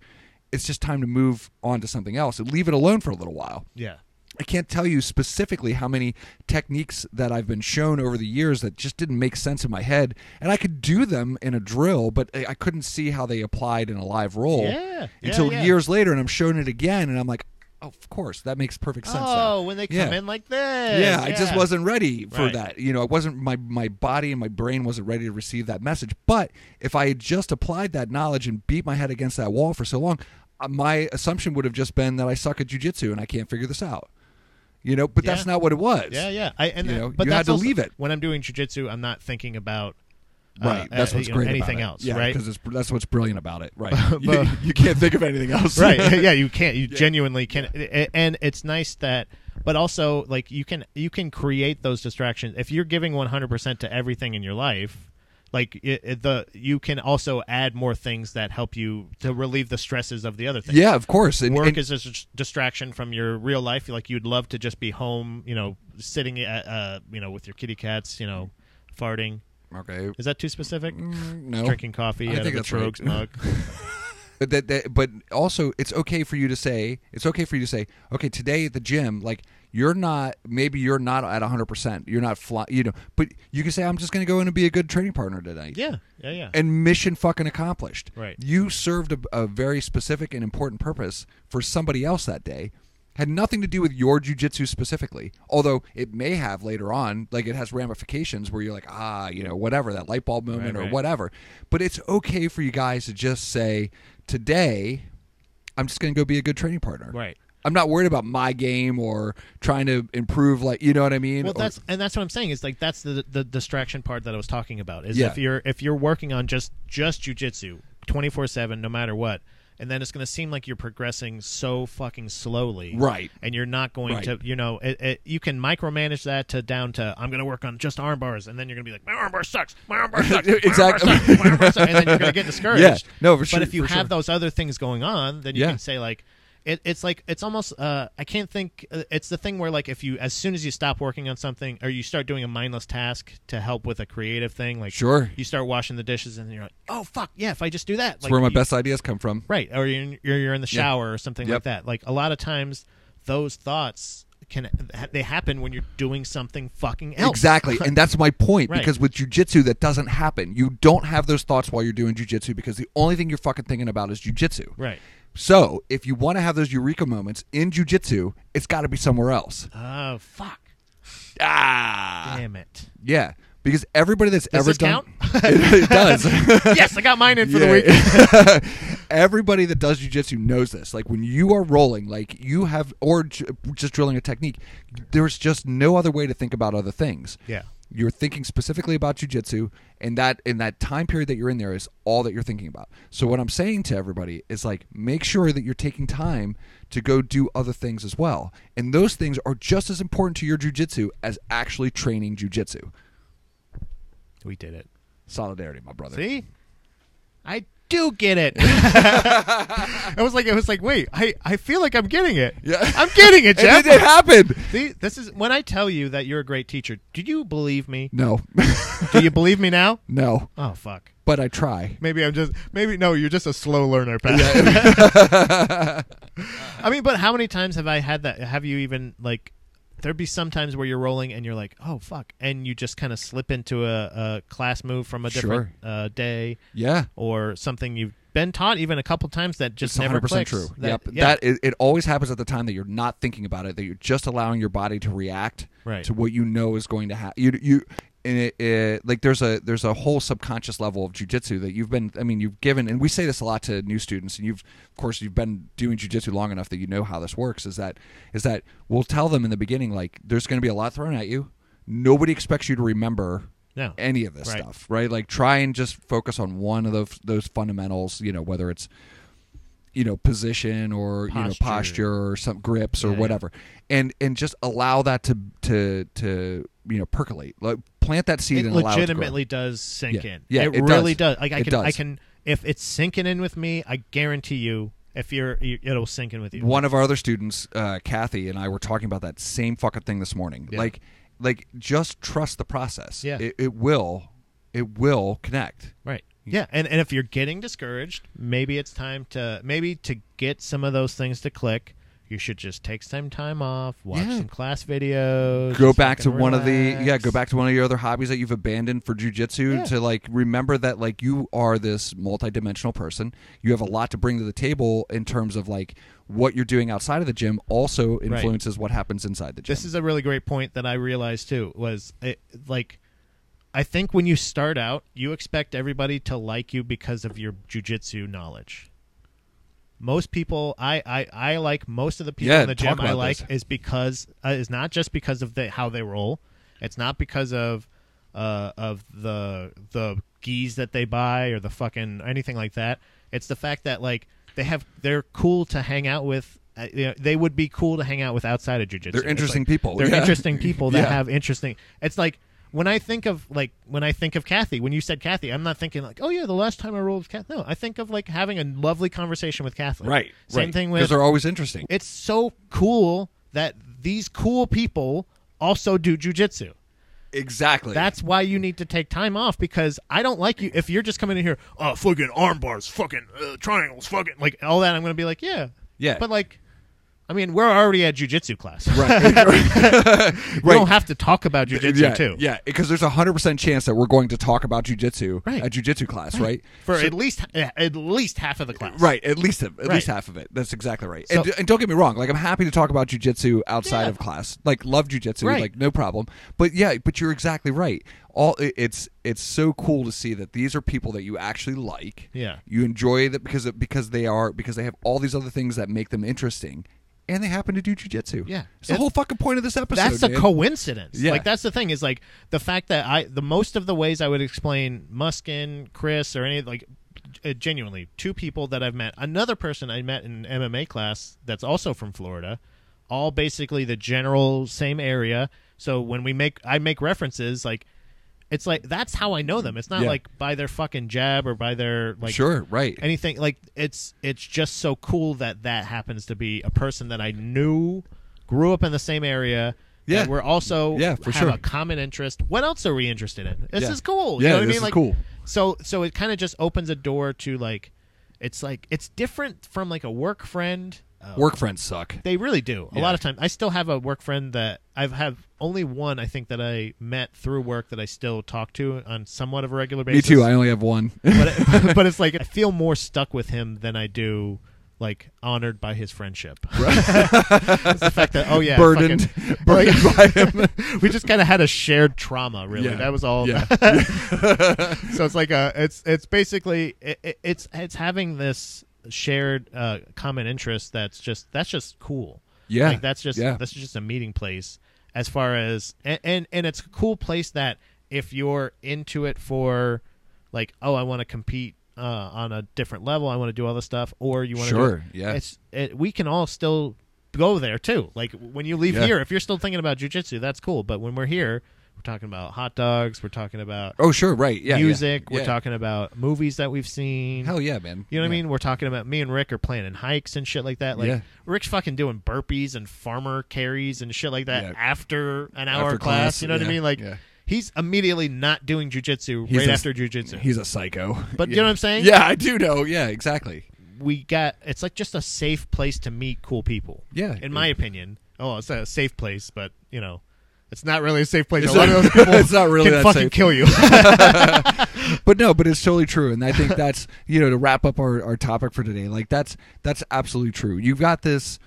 B: It's just time to move on to something else and leave it alone for a little while.
A: Yeah.
B: I can't tell you specifically how many techniques that I've been shown over the years that just didn't make sense in my head. And I could do them in a drill, but I I couldn't see how they applied in a live role
A: Yeah, yeah,
B: until
A: yeah.
B: years later. And I'm shown it again, and I'm like, oh, of course, that makes perfect sense. now."
A: Oh, when they come
B: Yeah.
A: in like this.
B: yeah, I just wasn't ready for
A: Right.
B: that. You know, I wasn't my my body and my brain wasn't ready to receive that message. But if I had just applied that knowledge and beat my head against that wall for so long, uh, my assumption would have just been that I suck at jujitsu and I can't figure this out. You know, but that's
A: Yeah.
B: not what it was.
A: Yeah, yeah. I and
B: You
A: that-
B: know,
A: but
B: you
A: that's
B: had to
A: also-
B: leave it.
A: When I'm doing jujitsu, I'm not thinking about uh,
B: Right. that's
A: uh,
B: what's
A: you know,
B: great.
A: anything
B: about it.
A: else,
B: yeah,
A: right?
B: Because it's- that's what's brilliant about it, right? You-
A: <laughs> But-
B: <laughs> you, can't think of anything
A: <laughs>
B: else, <laughs>
A: right <laughs> yeah you can't you genuinely can a- and it's nice that but also like you can you can create those distractions if you're giving 100% to everything in your life like it, it- the you can also add more things that help you to relieve the stresses of the other things
B: yeah, of course. And,
A: work
B: and-
A: is a s- distraction from your real life like you'd love to just be home you know sitting at uh you know with your kitty cats you know farting
B: okay.
A: is that too specific
B: Mm, No.
A: drinking coffee
B: I
A: out
B: think
A: of a
B: that's right.
A: Trogs
B: <laughs>
A: mug
B: But that, that but also it's okay for you to say it's okay for you to say okay today at the gym like you're not maybe you're not at 100% you're not fly, you know but you can say i'm just going to go in and be a good training partner tonight
A: yeah yeah yeah
B: and mission fucking accomplished
A: Right.
B: you served a, a very specific and important purpose for somebody else that day had nothing to do with your jujitsu specifically although it may have later on like it has ramifications where you're like ah you know whatever that light bulb
A: Right,
B: moment or
A: right.
B: whatever but it's okay for you guys to just say today i'm just going to go be a good training partner
A: right
B: i'm not worried about my game or trying to improve like you know what i mean
A: Well,
B: Or-
A: that's and that's what I'm saying is like that's the the distraction part that I was talking about is
B: Yeah.
A: if you're if you're working on just just jujitsu twenty four seven no matter what, and then it's going to seem like you're progressing so fucking slowly,
B: Right.
A: And you're not going to
B: Right.
A: you know it, it, you can micromanage that to down to I'm going to work on just arm bars, and then you're going to be like my arm bar sucks, my arm
B: <laughs>
A: bar sucks, my arm bar
B: Exactly.
A: sucks, my arm bar sucks," and then you're going to get discouraged.
B: <laughs> Yeah. No, for sure,
A: But if you
B: for
A: have
B: sure.
A: those other things going on, then you
B: Yeah.
A: can say like it, it's like it's almost uh, I can't think uh, it's the thing where like if you as soon as you stop working on something or you start doing a mindless task to help with a creative thing like
B: Sure.
A: you start washing the dishes and you're like oh fuck yeah if I just do that
B: that's where my
A: you-
B: best ideas come from
A: right or you're in, you're, you're in the shower or something like
B: Yep.
A: that like a lot of times those thoughts can they happen when you're doing something fucking else
B: Exactly. And that's my point
A: <laughs> Right.
B: because with jujitsu, that doesn't happen. You don't have those thoughts while you're doing jujitsu because the only thing you're fucking thinking about is jujitsu.
A: right
B: So if you want to have those eureka moments in jujitsu, it's got to be somewhere else.
A: oh fuck
B: Ah.
A: damn it <laughs>
B: Yeah. Because everybody that's ever
A: this
B: done.
A: count?
B: <laughs> it, it
A: <laughs>
B: does.
A: yes I got mine in for the
B: <laughs>
A: week
B: Yeah.
A: <laughs>
B: Everybody that does jujitsu knows this. Like when you are rolling, like you have, or j- just drilling a technique, there's just no other way to think about other things.
A: Yeah.
B: You're thinking specifically about jujitsu, and that in that time period that you're in there is all that you're thinking about. So what I'm saying to everybody is like, make sure that you're taking time to go do other things as well, and those things are just as important to your jujitsu as actually training jujitsu.
A: we did it.
B: Solidarity, my brother.
A: See, <laughs> I do get it. I was like, I was like, wait, I, I feel like I'm getting it.
B: <laughs> Yeah.
A: I'm getting it,
B: <laughs> And
A: Jeff.
B: it happened.
A: See, this is when I tell you that you're a great teacher. Do you believe me?
B: <laughs> No,
A: Do you believe me now?
B: no.
A: Oh fuck.
B: but I try.
A: Maybe I'm just maybe no. You're just a slow learner, Pat. <laughs> I mean, but how many times have I had that? Have you even like? There'd be some times where you're rolling and you're like, "Oh fuck," and you just kind of slip into a, a class move from a different uh, day.
B: Yeah.
A: or something you've been taught even a couple times that just
B: It's
A: never
B: 100 percent
A: clicks.
B: true.
A: That,
B: yep.
A: yeah.
B: That it, it always happens at the time that you're not thinking about it. That you're just allowing your body to react
A: Right.
B: to what you know is going to happen. You you and it, it like there's a there's a whole subconscious level of jujitsu that you've been. I mean, you've given, and we say this a lot to new students. And you've, of course, you've been doing jujitsu long enough that you know how this works. Is that is that we'll tell them in the beginning like there's going to be a lot thrown at you. Nobody expects you to remember
A: No.
B: any of this
A: Right.
B: stuff, right? Like try and just focus on one of those those fundamentals. You know, whether it's you know position or you know
A: Posture.
B: posture or some grips or
A: Yeah, yeah.
B: whatever, and and just allow that to to to you know percolate, like plant that seed
A: it
B: and allow it to grow.
A: legitimately does sink
B: Yeah.
A: in.
B: Yeah,
A: it,
B: it
A: really
B: does.
A: does. Like I
B: It
A: can, I
B: does.
A: can. If it's sinking in with me, I guarantee you, if you're, you, it'll sink in with you.
B: One of our other students, uh, Kathy, and I were talking about that same fucking thing this morning.
A: Yeah.
B: Like, like just trust the process.
A: Yeah.
B: it, it will, it will connect.
A: Right. Yeah, and and if you're getting discouraged, maybe it's time to maybe to get some of those things to click. You should just take some time off, watch
B: Yeah.
A: some class videos,
B: go
A: just
B: back to
A: fucking
B: one of the yeah
A: relax.
B: go back to one of your other hobbies that you've abandoned for jujitsu
A: Yeah.
B: to like remember that like you are this multidimensional person you have a lot to bring to the table in terms of like what you're doing outside of the gym also influences what happens inside the gym
A: This is a really great point that I realized too was it, like I think when you start out, you expect everybody to like you because of your jujitsu knowledge. Most people, I, I, I like most of the people
B: Yeah,
A: in the
B: talk
A: gym I
B: about
A: like
B: this.
A: is because uh, is not just because of the how they roll. It's not because of uh, of the the geese that they buy or the fucking anything like that. It's the fact that like they have they're cool to hang out with. Uh, you know, they would be cool to hang out with outside of jujitsu.
B: They're
A: It's like-
B: interesting people.
A: They're
B: Yeah.
A: interesting people that
B: <laughs> Yeah.
A: have interesting. It's like when I think of like when I think of Kathy. When you said Kathy, I'm not thinking like, oh yeah, the last time I rolled with Kathy. No, I think of like having a lovely conversation with Kathy.
B: right
A: Same
B: right.
A: thing
B: 'Cause
A: with
B: they're always interesting
A: it's so cool that these cool people also do jujitsu.
B: exactly
A: That's why you need to take time off because I don't like you. If you're just coming in here, oh, fucking arm bars, fucking uh, triangles, fucking like all that, I'm going to be like, yeah.
B: Yeah.
A: But like, I mean, we're already at jujitsu class. <laughs>
B: right
A: We don't have to talk about jujitsu
B: yeah,
A: too.
B: yeah, because there's a hundred percent chance that we're going to talk about jujitsu
A: Right.
B: at jujitsu class, right?
A: For at least at least half of the class.
B: Right, at least at
A: Right.
B: least half of it. That's exactly right.
A: So-
B: and, and don't get me wrong, like I'm happy to talk about jujitsu outside
A: Yeah.
B: of class. Like love jujitsu,
A: Right.
B: like no problem. But yeah, but you're exactly right. All it- it's it's so cool to see that these are people that you actually like.
A: Yeah.
B: you enjoy that because of- because they are because they have all these other things that make them interesting, and they happen to do jujitsu.
A: Yeah.
B: it's the
A: It-
B: whole fucking point of this episode.
A: That's a
B: man.
A: coincidence.
B: Yeah.
A: Like that's the thing is like the fact that I the most of the ways I would explain Muskin, Chris, or any like uh, genuinely two people that I've met. Another person I met in MMA class that's also from Florida. All basically the general same area. So when we make I make references like. It's like that's how I know them. It's not
B: Yeah.
A: like by their fucking jab or by their like
B: sure, right.
A: anything like it's it's just so cool that that happens to be a person that I knew grew up in the same area
B: Yeah.
A: that we're also
B: Yeah, for
A: have
B: sure.
A: a common interest what else are we interested in this
B: Yeah.
A: is cool
B: Yeah,
A: you know what
B: this
A: I mean
B: is
A: like
B: cool.
A: so so it kind of just opens a door to like it's like it's different from like a work friend uh,
B: Work
A: <laughs>
B: friends suck.
A: they really do. A
B: Yeah.
A: lot of times, I still have a work friend that I've have only one. I think that I met through work that I still talk to on somewhat of a regular
B: Me
A: basis
B: too. I only have one.
A: but
B: <laughs>
A: it, but it's like I feel more stuck with him than I do like honored by his friendship. <laughs> it's the fact that oh yeah,
B: <laughs> burdened,
A: fucking-
B: burdened by
A: <laughs>
B: him.
A: we just kind of had a shared trauma, really.
B: Yeah.
A: That was all. <laughs>
B: Yeah.
A: so it's like a, it's it's basically it, it, it's it's having this shared uh, common interest that's just that's just cool.
B: Yeah.
A: like that's just
B: Yeah.
A: that's just a meeting place as far as and, and and it's a cool place that if you're into it for like oh I want to compete uh, on a different level I want to do all this stuff or you want to
B: Sure, yeah.
A: it's it, we can all still go there too like when you leave
B: Yeah.
A: here if you're still thinking about jujitsu that's cool but when we're here we're talking about hot dogs we're talking about
B: Oh, sure, right. Yeah, yeah,
A: music we're
B: yeah.
A: talking about movies that we've seen
B: Hell yeah, man.
A: you know what
B: Yeah.
A: I mean? We're talking about me and Rick are planning hikes and shit like that. Like
B: Yeah.
A: Rick's fucking doing burpees and farmer carries and shit like that
B: Yeah.
A: after an hour
B: After
A: class,
B: class,
A: You know what I
B: yeah,
A: mean? Like
B: yeah.
A: he's immediately not doing jujitsu
B: He's
A: right
B: a-
A: after jujitsu.
B: He's a psycho.
A: But you
B: yeah.
A: know what I'm saying?
B: Yeah, I do know. Yeah, exactly.
A: We got it's like just a safe place to meet cool people.
B: Yeah.
A: In my
B: Yeah.
A: opinion. Oh, it's a safe place, but you know, it's not really a safe place.
B: It's
A: a lot
B: not- <laughs>
A: of those people
B: it's not really
A: can
B: that
A: fucking
B: safe.
A: kill
B: <laughs>
A: you.
B: But no, but it's totally true, and
A: <laughs>
B: I think that's you know to wrap up our, our topic for today. Like that's that's absolutely true. You've got this.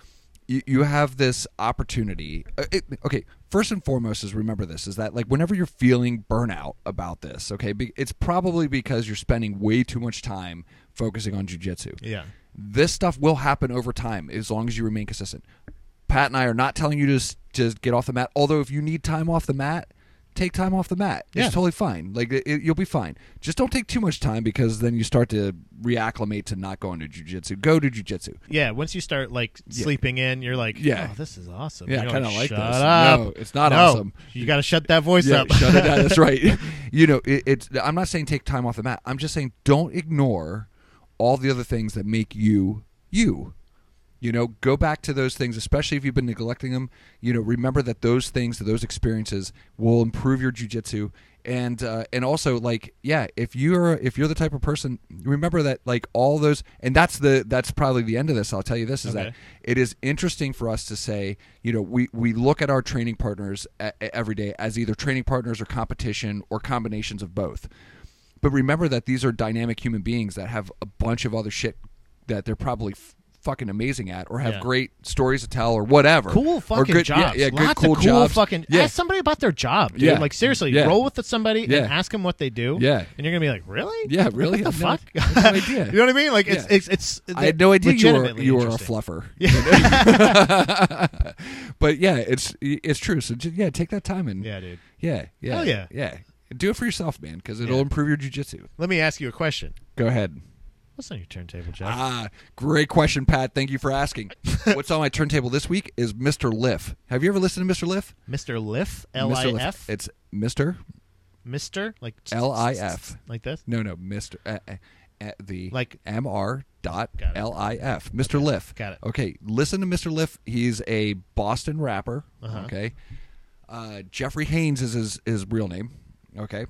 B: you, you have this opportunity. Uh, it- okay, first and foremost is remember this is that like whenever you're feeling burnout about this, okay, be, it's probably because you're spending way too much time focusing on jujitsu.
A: Yeah.
B: This stuff will happen over time as long as you remain consistent. Pat and I are not telling you to s- to get off the mat. Although if you need time off the mat, take time off the mat.
A: Yeah.
B: It's totally fine. Like it, it- you'll be fine. Just don't take too much time because then you start to reacclimate to not going to jujitsu. Go to jujitsu.
A: Yeah, once you start like sleeping in, you're like,
B: Yeah.
A: oh, this is awesome.
B: Yeah,
A: You're
B: I kinda like
A: shut
B: this.
A: Up.
B: No, it's not
A: No,
B: awesome.
A: You got to shut that voice
B: yeah,
A: up.
B: shut it down.
A: <laughs>
B: That's right. You know, it, it's. I'm not saying take time off the mat. I'm just saying don't ignore all the other things that make you you. You know, go back to those things, especially if you've been neglecting them. You know, remember that those things, that those experiences, will improve your jujitsu, and uh, and also like, yeah, if you're if you're the type of person, remember that like all those, and that's the that's probably the end of this. I'll tell you this is that
A: Okay.
B: it is interesting for us to say, you know, we, we look at our training partners a- a- every day as either training partners or competition or combinations of both. But remember that these are dynamic human beings that have a bunch of other shit that they're probably f- fucking amazing at or have
A: Yeah.
B: great stories to tell or whatever.
A: cool
B: Or
A: fucking
B: good-
A: jobs.
B: Yeah, yeah good
A: Lots
B: cool
A: of cool
B: jobs.
A: fucking.
B: yeah.
A: Ask somebody about their job, dude.
B: Yeah.
A: Like seriously,
B: Yeah.
A: roll with somebody
B: Yeah.
A: and ask them what they do.
B: Yeah.
A: and you're gonna be like, really?
B: Yeah, really?
A: What the
B: I
A: fuck?
B: had no- I had no
A: <laughs>
B: idea.
A: you know what I mean? Like it's
B: Yeah.
A: it's it's.
B: I had no idea you were
A: legitimately
B: you were a
A: interesting. <laughs>
B: fluffer. <laughs> but yeah, it's it's true. So ju- yeah, take that time and
A: Yeah, dude.
B: Yeah, yeah,
A: Hell yeah.
B: yeah. Do it for yourself, man, because it'll
A: Yeah.
B: improve your jujitsu.
A: Let me ask you a question.
B: Go ahead.
A: What's on your turntable, Jeff?
B: Ah, great question, Pat. Thank you for <laughs> asking. What's on my turntable this week is Mr. Liff. Have you ever listened to Mr. Liff?
A: Mr. Liff, L I
B: Mr. Liff.
A: F,
B: It's Mr.
A: Mr. Like
B: L I F.
A: like this.
B: No, no, Mr. Uh, uh, uh, the
A: Like-
B: M R dot
A: Got it.
B: L I F. Mr. Liff.
A: Got it.
B: Okay, listen to Mr. Liff. He's a Boston rapper.
A: Uh-huh.
B: Okay. Uh, Jeffrey Haynes is his, his real name. Okay.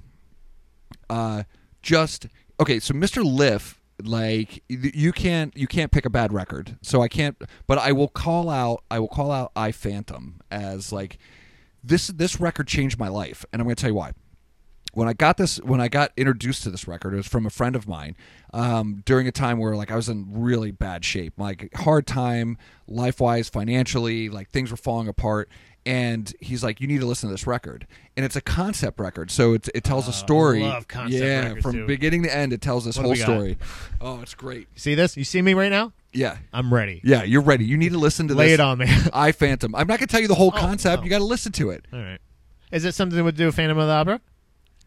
B: Uh, just okay. So Mr. Liff, like y- you can't you can't pick a bad record. So I can't. But I will call out. I will call out. I Phantom as like this. This record changed my life, and I'm going to tell you why when I got this, when I got introduced to this record, it was from a friend of mine um, during a time where like I was in really bad shape, like hard time, life wise, financially, like things were falling apart. And he's like, "You need to listen to this record." And it's a concept record, so it it tells a story.
A: Oh, love concept
B: yeah,
A: records,
B: from
A: dude.
B: beginning to end, it tells this
A: What do
B: whole
A: we got?
B: story. Oh, it's great.
A: You see this? You see me right now?
B: Yeah,
A: I'm ready.
B: yeah, you're ready. You need to listen to
A: Lay
B: this.
A: it <laughs> on, man.
B: I Phantom. I'm not gonna tell you the whole concept.
A: oh.
B: You got to listen to it.
A: All right. Is it something that would do with Phantom of the Opera?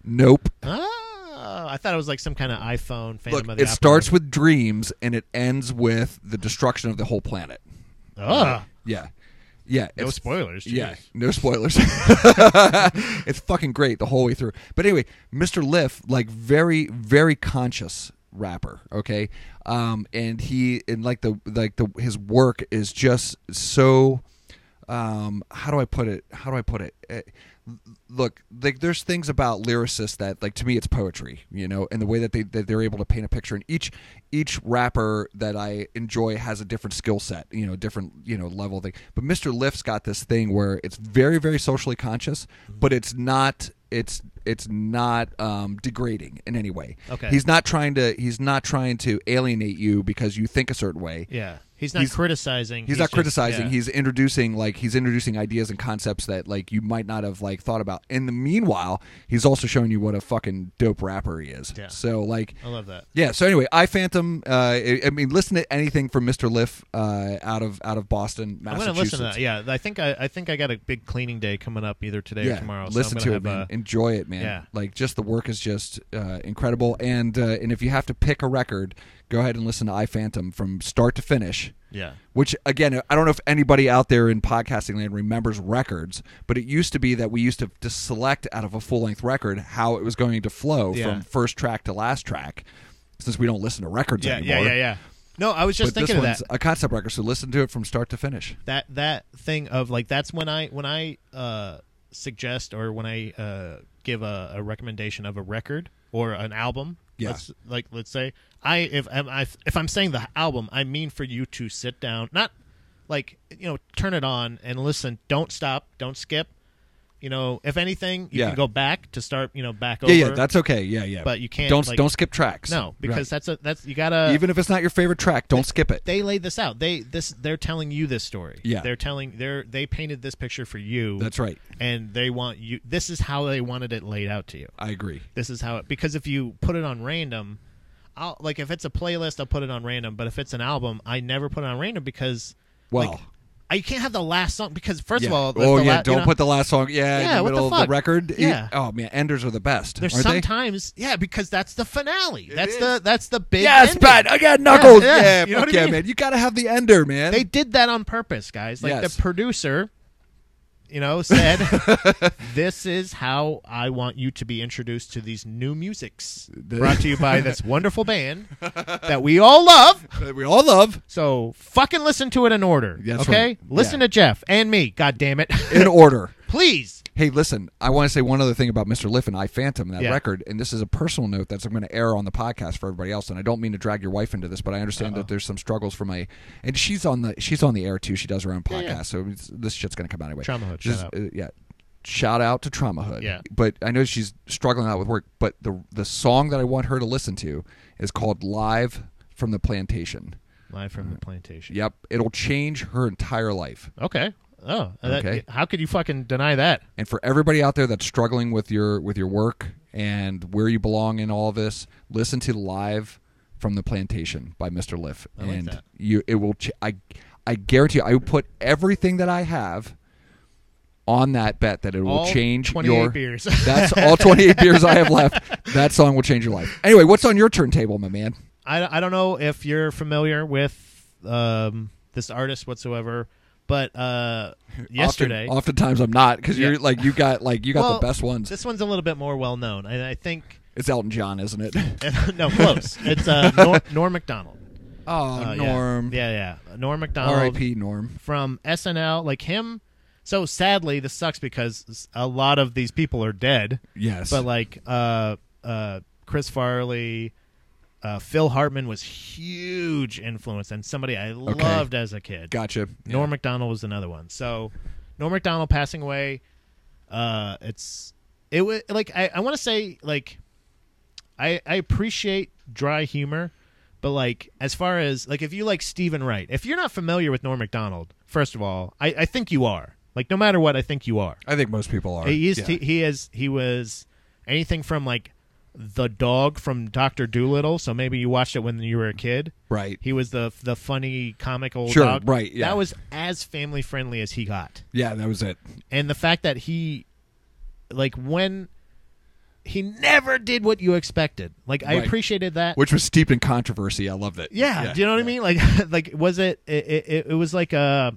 B: Nope.
A: Oh, I thought it was like some kind of iPhone Phantom
B: Look,
A: of
B: it
A: the Opera.
B: starts with dreams and it ends with the destruction of the whole planet.
A: Ugh.
B: Yeah. Yeah.
A: No
B: it's-
A: spoilers.
B: Yeah,
A: jeez.
B: no spoilers. <laughs> it's fucking great the whole way through. But anyway, Mr. Liff, like very, very conscious rapper, okay? Um, and he and like the like the his work is just so um how do I put it? How do I put it? Eh, look, like there's things about lyricists that like to me it's poetry, you know, and the way that they that they're able to paint a picture and each each rapper that I enjoy has a different skill set, you know, different, you know, level thing. But Mr. Lift's got this thing where it's very very socially conscious, but it's not it's it's not um, degrading in any way.
A: Okay.
B: He's not trying to he's not trying to alienate you because you think a certain way.
A: Yeah. He's not
B: He's-
A: criticizing.
B: He's, not
A: just-
B: criticizing.
A: yeah.
B: He's introducing like he's introducing ideas and concepts that like you might not have like thought about. In the meanwhile, he's also showing you what a fucking dope rapper he is.
A: Yeah.
B: So like
A: I love that.
B: yeah. So anyway, I Phantom. Uh, I, I mean, listen to anything from Mr. Liff uh, out of out of Boston,
A: I'm gonna
B: Massachusetts.
A: listen to that. Yeah, I think I, I think I got a big cleaning day coming up either today
B: Yeah,
A: or tomorrow. so
B: listen
A: I'm
B: to
A: gonna
B: it, man.
A: have a-
B: Enjoy it, man.
A: Yeah.
B: Like, just the work is just uh, incredible. And uh, and if you have to pick a record, go ahead and listen to I Phantom from start to finish.
A: yeah.
B: which again i don't know if anybody out there in podcasting land remembers records but it used to be that we used to just select out of a full-length record how it was going to flow
A: Yeah.
B: from first track to last track since we don't listen to records
A: Yeah,
B: anymore
A: yeah, yeah, yeah. No, I was just
B: but this
A: thinking of that.
B: one's a concept record so listen to it from start to finish
A: that that thing of like that's when I when I uh, suggest or when I uh, give a, a recommendation of a record or an album.
B: Yeah.
A: Let's, like let's say I if am I if I'm saying the album, I mean for you to sit down, not like you know turn it on and listen. Don't stop. Don't skip. You know, if anything, you
B: Yeah.
A: can go back to start. You know, back over.
B: Yeah, yeah, that's okay. Yeah, yeah.
A: But you can't,
B: don't
A: like-
B: don't skip tracks.
A: no, because uh,
B: Right.
A: that's a that's you gotta.
B: even if it's not your favorite track, don't skip it.
A: they laid this out. They this they're telling you this story.
B: Yeah.
A: they're telling they're they painted this picture for you.
B: That's right.
A: and they want you. This is how they wanted it laid out to you.
B: I agree.
A: This is how it because if you put it on random, I'll like if it's a playlist, I'll put it on random. But if it's an album, I never put it on random because
B: Well,
A: like, I can't have the last song because first
B: yeah.
A: of all, the-
B: oh
A: the
B: yeah,
A: la- you
B: don't
A: know,
B: put the last song. Yeah,
A: Yeah,
B: in the
A: what the
B: middle of
A: fuck?
B: the record. It-
A: Yeah.
B: oh man, enders are the best.
A: There's
B: aren't they?
A: sometimes yeah because that's the finale. that's the that's the big.
B: Yes,
A: ending.
B: but I got knuckles.
A: Yeah,
B: Yeah,
A: yeah, you know
B: fuck
A: what I
B: yeah,
A: mean?
B: man. You gotta have the ender, man.
A: they did that on purpose, guys. Like
B: Yes.
A: the producer, you know, said, <laughs> "This is how I want you to be introduced to these new musics." Brought to you
B: <laughs>
A: by this wonderful band that we all love.
B: that we all love
A: So fucking listen to it in order,
B: That's
A: okay?
B: right.
A: Listen
B: Yeah.
A: to Jeff and me. God damn it,
B: in order.
A: <laughs> please.
B: Hey, listen, I want to say one other thing about Mr. Liff and I Phantom, that
A: Yeah.
B: record, and this is a personal note that's I'm going to air on the podcast for everybody else, and I don't mean to drag your wife into this, but I understand that there's some struggles for my and she's on the she's on the air too. She does her own podcast,
A: yeah.
B: so it's, this shit's going to come out anyway.
A: Trauma Hood,
B: Just,
A: shout
B: uh, yeah. Shout out to Trauma Hood.
A: Yeah.
B: But I know she's struggling out with work, but the the song that I want her to listen to is called Live from the Plantation.
A: Live from
B: Uh,
A: the plantation.
B: Yep, it'll change her entire life.
A: Okay. Oh, that-
B: Okay.
A: how could you fucking deny that?
B: And for everybody out there that's struggling with your with your work and where you belong in all of this, listen to "Live from the Plantation" by Mr. Liff,
A: like
B: and
A: that.
B: you it will. Ch- I I guarantee you, I would put everything that I have on that bet that it will
A: All
B: change
A: 28
B: your. <laughs>
A: beers.
B: That's
A: <laughs>
B: all twenty-eight beers I have left. That song will change your life. Anyway, what's on your turntable, my man?
A: I, I don't know if you're familiar with um, this artist whatsoever, but uh, yesterday,
B: <laughs> Often, oftentimes I'm not because
A: Yeah.
B: you're like you got like you got
A: Well,
B: the best ones.
A: this one's a little bit more well known, and I think <laughs>
B: It's Elton John, isn't it?
A: no close. It's
B: <laughs>
A: uh, Nor, Norm Macdonald.
B: Oh,
A: Uh, yeah.
B: Norm.
A: yeah, yeah, Norm Macdonald.
B: R.I.P. Norm.
A: from SNL, like him. So sadly, this sucks because a lot of these people are dead.
B: Yes.
A: But like uh, uh, Chris Farley, uh, Phil Hartman was huge influence and somebody I loved as a kid.
B: Gotcha.
A: Norm Macdonald was another one. So Norm Macdonald passing away. Uh, it's it was like I, I want to say like I I appreciate dry humor, but like as far as like if you like Stephen Wright, if you're not familiar with Norm Macdonald, first of all, I I think you are. Like no matter what, I think you are.
B: I think most people are.
A: He is
B: Yeah.
A: he, he is he was anything from like the dog from Doctor Doolittle. So maybe you watched it when you were a kid.
B: right.
A: He was the the funny comic old
B: Sure,
A: dog.
B: right, yeah.
A: That was as family friendly as he got.
B: Yeah, that was it.
A: And the fact that he like when he never did what you expected. Like I
B: Right.
A: appreciated that.
B: Which was steeped in controversy. I loved it.
A: yeah, do you know what I mean? Like <laughs> like was it it, it it was like a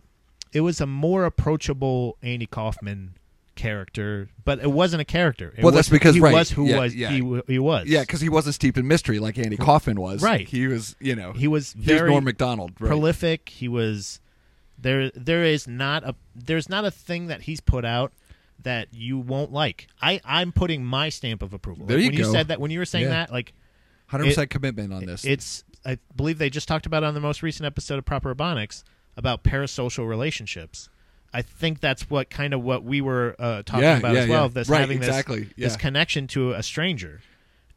A: it was a more approachable Andy Kaufman character, but it wasn't a character. It
B: Well, that's
A: was-
B: because-
A: he
B: right,
A: was who
B: yeah,
A: was
B: yeah.
A: he w- he was.
B: Yeah, because he wasn't steeped in mystery like Andy Kaufman was.
A: Right.
B: He was, you know,
A: he was
B: he was
A: very
B: Norm MacDonald. Right.
A: prolific. He was there. There is not a there's not a thing that he's put out that you won't like. I I'm putting my stamp of approval.
B: There
A: Like,
B: you
A: when
B: go.
A: you said that when you were saying
B: Yeah.
A: that, like
B: 100% commitment on this.
A: it's I believe they just talked about it on the most recent episode of Proper Abonics about parasocial relationships. I think that's what kind of what we were uh, talking
B: Yeah,
A: about
B: yeah,
A: as well.
B: yeah.
A: Of this
B: Right,
A: having this-
B: exactly,
A: this,
B: yeah.
A: connection to a stranger,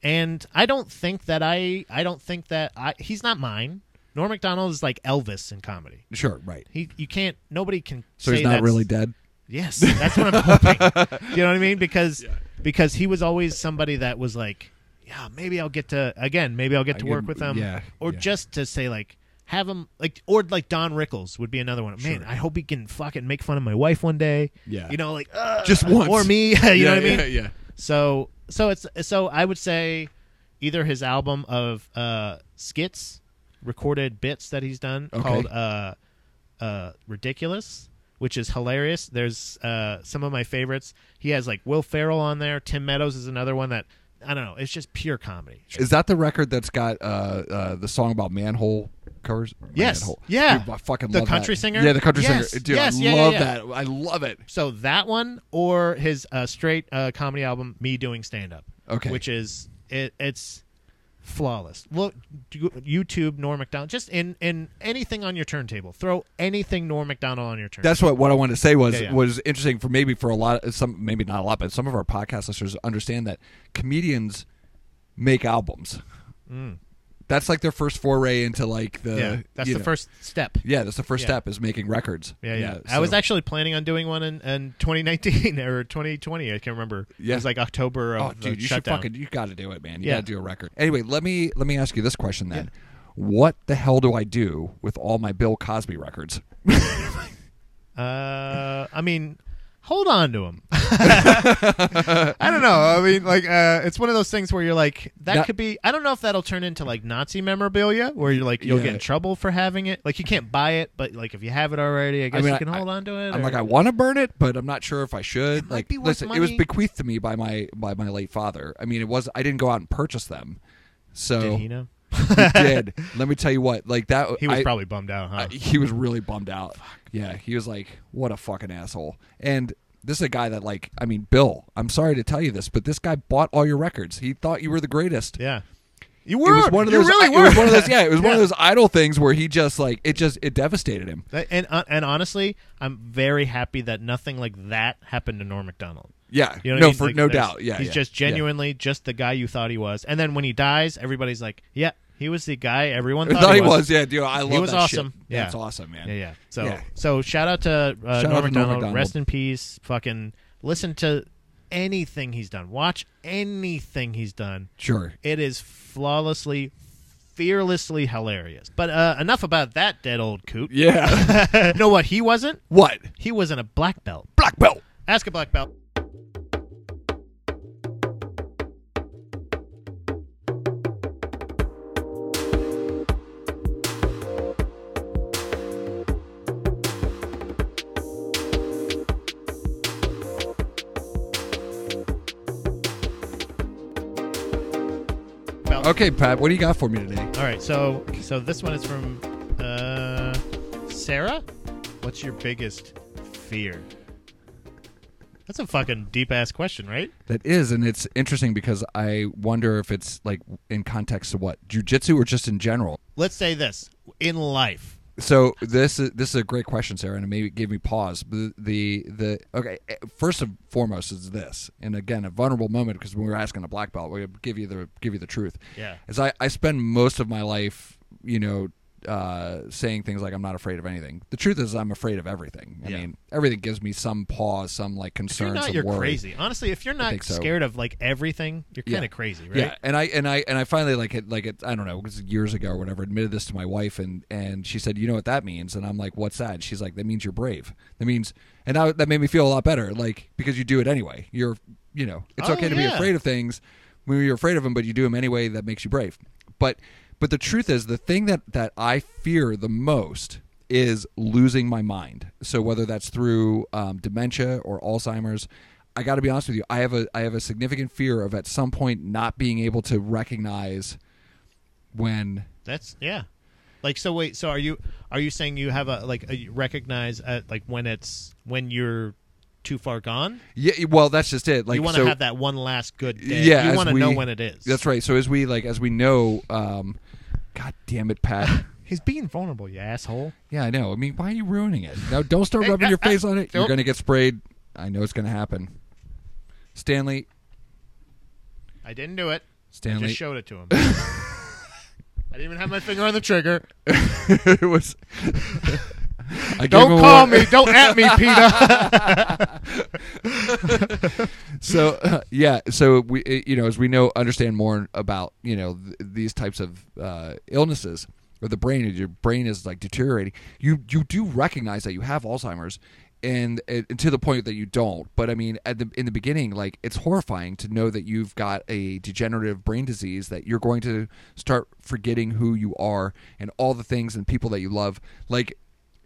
A: and I don't think that I I don't think that I he's not mine. Norm Macdonald is like Elvis in comedy.
B: sure, right.
A: He you can't nobody can.
B: So
A: say
B: he's not
A: that's-
B: really dead?
A: Yes, that's what I'm hoping. you know what I mean? Because because he was always somebody that was like, yeah, maybe I'll get to again, maybe I'll get to
B: get-
A: work with him,
B: yeah,
A: or
B: yeah.
A: just to say like have him like or like Don Rickles would be another one. Man, I hope he can fucking make fun of my wife one day.
B: Yeah.
A: you know, like uh,
B: Just once.
A: or me. <laughs> you know what I mean?
B: Yeah, yeah.
A: So so it's so I would say either his album of uh skits, recorded bits that he's done
B: Okay.
A: called uh uh Ridiculous, which is hilarious. There's uh some of my favorites. He has like Will Ferrell on there, Tim Meadows is another one that I don't know, it's just pure comedy.
B: Is that the record that's got uh, uh, the song about manhole covers?
A: Yes.
B: Manhole.
A: Yeah.
B: Dude, I fucking
A: The
B: love
A: country
B: that.
A: singer?
B: Yeah, the country
A: Yes.
B: singer. Dude,
A: Yes,
B: I
A: yeah, yeah,
B: love
A: yeah.
B: that. I love it.
A: So that one or his uh, straight uh, comedy album, Me Doing Stand Up.
B: Okay.
A: Which is it, it's flawless. Look, do- YouTube Norm Macdonald. Just in in anything on your turntable, throw anything Norm Macdonald on your turntable.
B: That's what what I wanted to say was
A: Yeah, yeah.
B: was interesting for maybe for a lot of some maybe not a lot but some of our podcast listeners understand that comedians make albums. That's like their first foray into like the
A: Mm. yeah, that's
B: you
A: the
B: know-
A: first step.
B: uh, yeah that's the first
A: yeah.
B: step is making records.
A: Yeah, yeah. I
B: so-
A: was actually planning on doing one in, in 2019 <laughs> or 2020. I can't remember.
B: Yeah.
A: It was like October of
B: oh
A: the
B: dude you should
A: shutdown.
B: fucking you got to do it man you
A: Yeah.
B: got to do a record anyway let me let me ask you this question then what the hell do I do with all my Bill Cosby records
A: Uh, I mean, hold on to
B: <laughs>
A: him. I don't know. I mean, like, uh, it's one of those things where you're like, that
B: Now-
A: could be. I don't know if that'll turn into like Nazi memorabilia, where you're like, you'll
B: Yeah.
A: get in trouble for having it. Like, you can't buy it, but like, if you have it already, I guess
B: mean,
A: you can
B: I-
A: hold on to it.
B: I'm
A: or-
B: like, I want to burn it, but I'm not sure if I should.
A: might
B: like,
A: be worth
B: listen, it was
A: money.
B: bequeathed to me by my by my late father. I mean, it was I didn't go out and purchase them. So
A: did he know?
B: <laughs> he did. Let me tell you what, like that.
A: <laughs> He was
B: I-
A: probably bummed out, huh?
B: I- he was really bummed out. Yeah, he was like, "What a fucking asshole." And this is a guy that, like, I mean, Bill. I'm sorry to tell you this, but this guy bought all your records. He thought you were the greatest.
A: yeah. You
B: It
A: were.
B: was one of
A: you
B: those.
A: really
B: it
A: were.
B: was one of those. <laughs> Yeah, it was one of
A: Yeah.
B: those idle things where he just like it just it devastated him.
A: <laughs> That- and uh, and honestly, I'm very happy that nothing like that happened to Norm Macdonald.
B: Yeah,
A: You know what
B: no,
A: I mean?
B: for
A: Like,
B: no
A: there's-
B: doubt. Yeah,
A: he's
B: yeah,
A: just
B: yeah.
A: genuinely just the guy you thought he was. And then when he dies, everybody's like, "Yeah, he was the guy
B: <laughs>
A: everyone
B: I
A: thought,
B: thought he was. Yeah, dude, I love
A: He was
B: that
A: awesome.
B: shit.
A: Yeah.
B: That's awesome, man.
A: Yeah, yeah. So,
B: Yeah.
A: so shout out to uh,
B: Shout
A: Norm
B: out to Norm
A: Macdonald.
B: Macdonald.
A: Rest in peace. Fucking listen to anything he's done. Watch anything he's done.
B: Sure.
A: It is flawlessly, fearlessly hilarious. But uh, enough about that dead old coot. <laughs>
B: Yeah. <laughs>
A: you know what? He wasn't.
B: what?
A: He wasn't a black belt.
B: Black belt.
A: Ask a black belt. Belt.
B: Okay, Pat, what do you got for me today?
A: All right, so so this one is from uh, Sarah. What's your biggest fear? That's a fucking deep ass question, right?
B: That is, and it's interesting because I wonder if it's like in context to what jujitsu or just in general.
A: Let's say this in life.
B: So this is this is a great question, Sarah, and it maybe gave me pause. The the, the okay, eh, first and foremost is this, and again a vulnerable moment because when we were asking a black belt, we give you the give you the truth.
A: Yeah.
B: is I I spend most of my life, you know, uh, saying things like I'm not afraid of anything. The truth is I'm afraid of everything. I
A: Yeah.
B: mean, everything gives me some pause, some like
A: If you're
B: concern,
A: not,
B: some
A: you're
B: worry.
A: crazy. Honestly, if you're not
B: think so.
A: scared of like everything, you're
B: Yeah.
A: kind of crazy, right?
B: Yeah, and I and I and I finally like it like it I don't know it was years ago or whatever admitted this to my wife and and she said you know what that means and I'm like what's that and she's like that means you're brave that means and I, that made me feel a lot better like because you do it anyway you're you know it's
A: Oh,
B: okay to
A: yeah.
B: be afraid of things when you're afraid of them but you do them anyway that makes you brave but but the truth is the thing that that I fear the most is losing my mind so whether that's through um, dementia or Alzheimer's I got to be honest with you. I have a I have a significant fear of at some point not being able to recognize when
A: That's yeah. Like so wait, so are you are you saying you have a like a, you recognize uh like when it's when you're too far gone?
B: yeah. Well, that's just it. Like
A: you want to
B: so,
A: have that one last good day.
B: Yeah,
A: you
B: as
A: want to know
B: we-
A: when it is.
B: That's right. So as we like as we know, um, God damn it, Pat.
A: He's being vulnerable, you asshole.
B: yeah, I know. I mean, why are you ruining it? No, don't start
A: Hey,
B: rubbing
A: uh,
B: your
A: uh,
B: face on it. You're
A: nope.
B: gonna get sprayed. I know it's gonna happen. Stanley, <laughs>
A: I didn't do it. I
B: Stanley,
A: just showed it
B: <laughs>
A: to him. I didn't even have my finger on the trigger.
B: it was. <laughs> I gave him
A: Don't
B: a
A: call
B: warning.
A: me.
B: <laughs>
A: Don't at me, Peter.
B: so <laughs> uh, yeah so we uh, you know as we know understand more about you know th- these types of uh, illnesses or the brain your brain is like deteriorating you you do recognize that you have alzheimer's and, eh, and to the point that you don't but i mean at the in the beginning like it's horrifying to know that you've got a degenerative brain disease that you're going to start forgetting who you are and all the things and people that you love like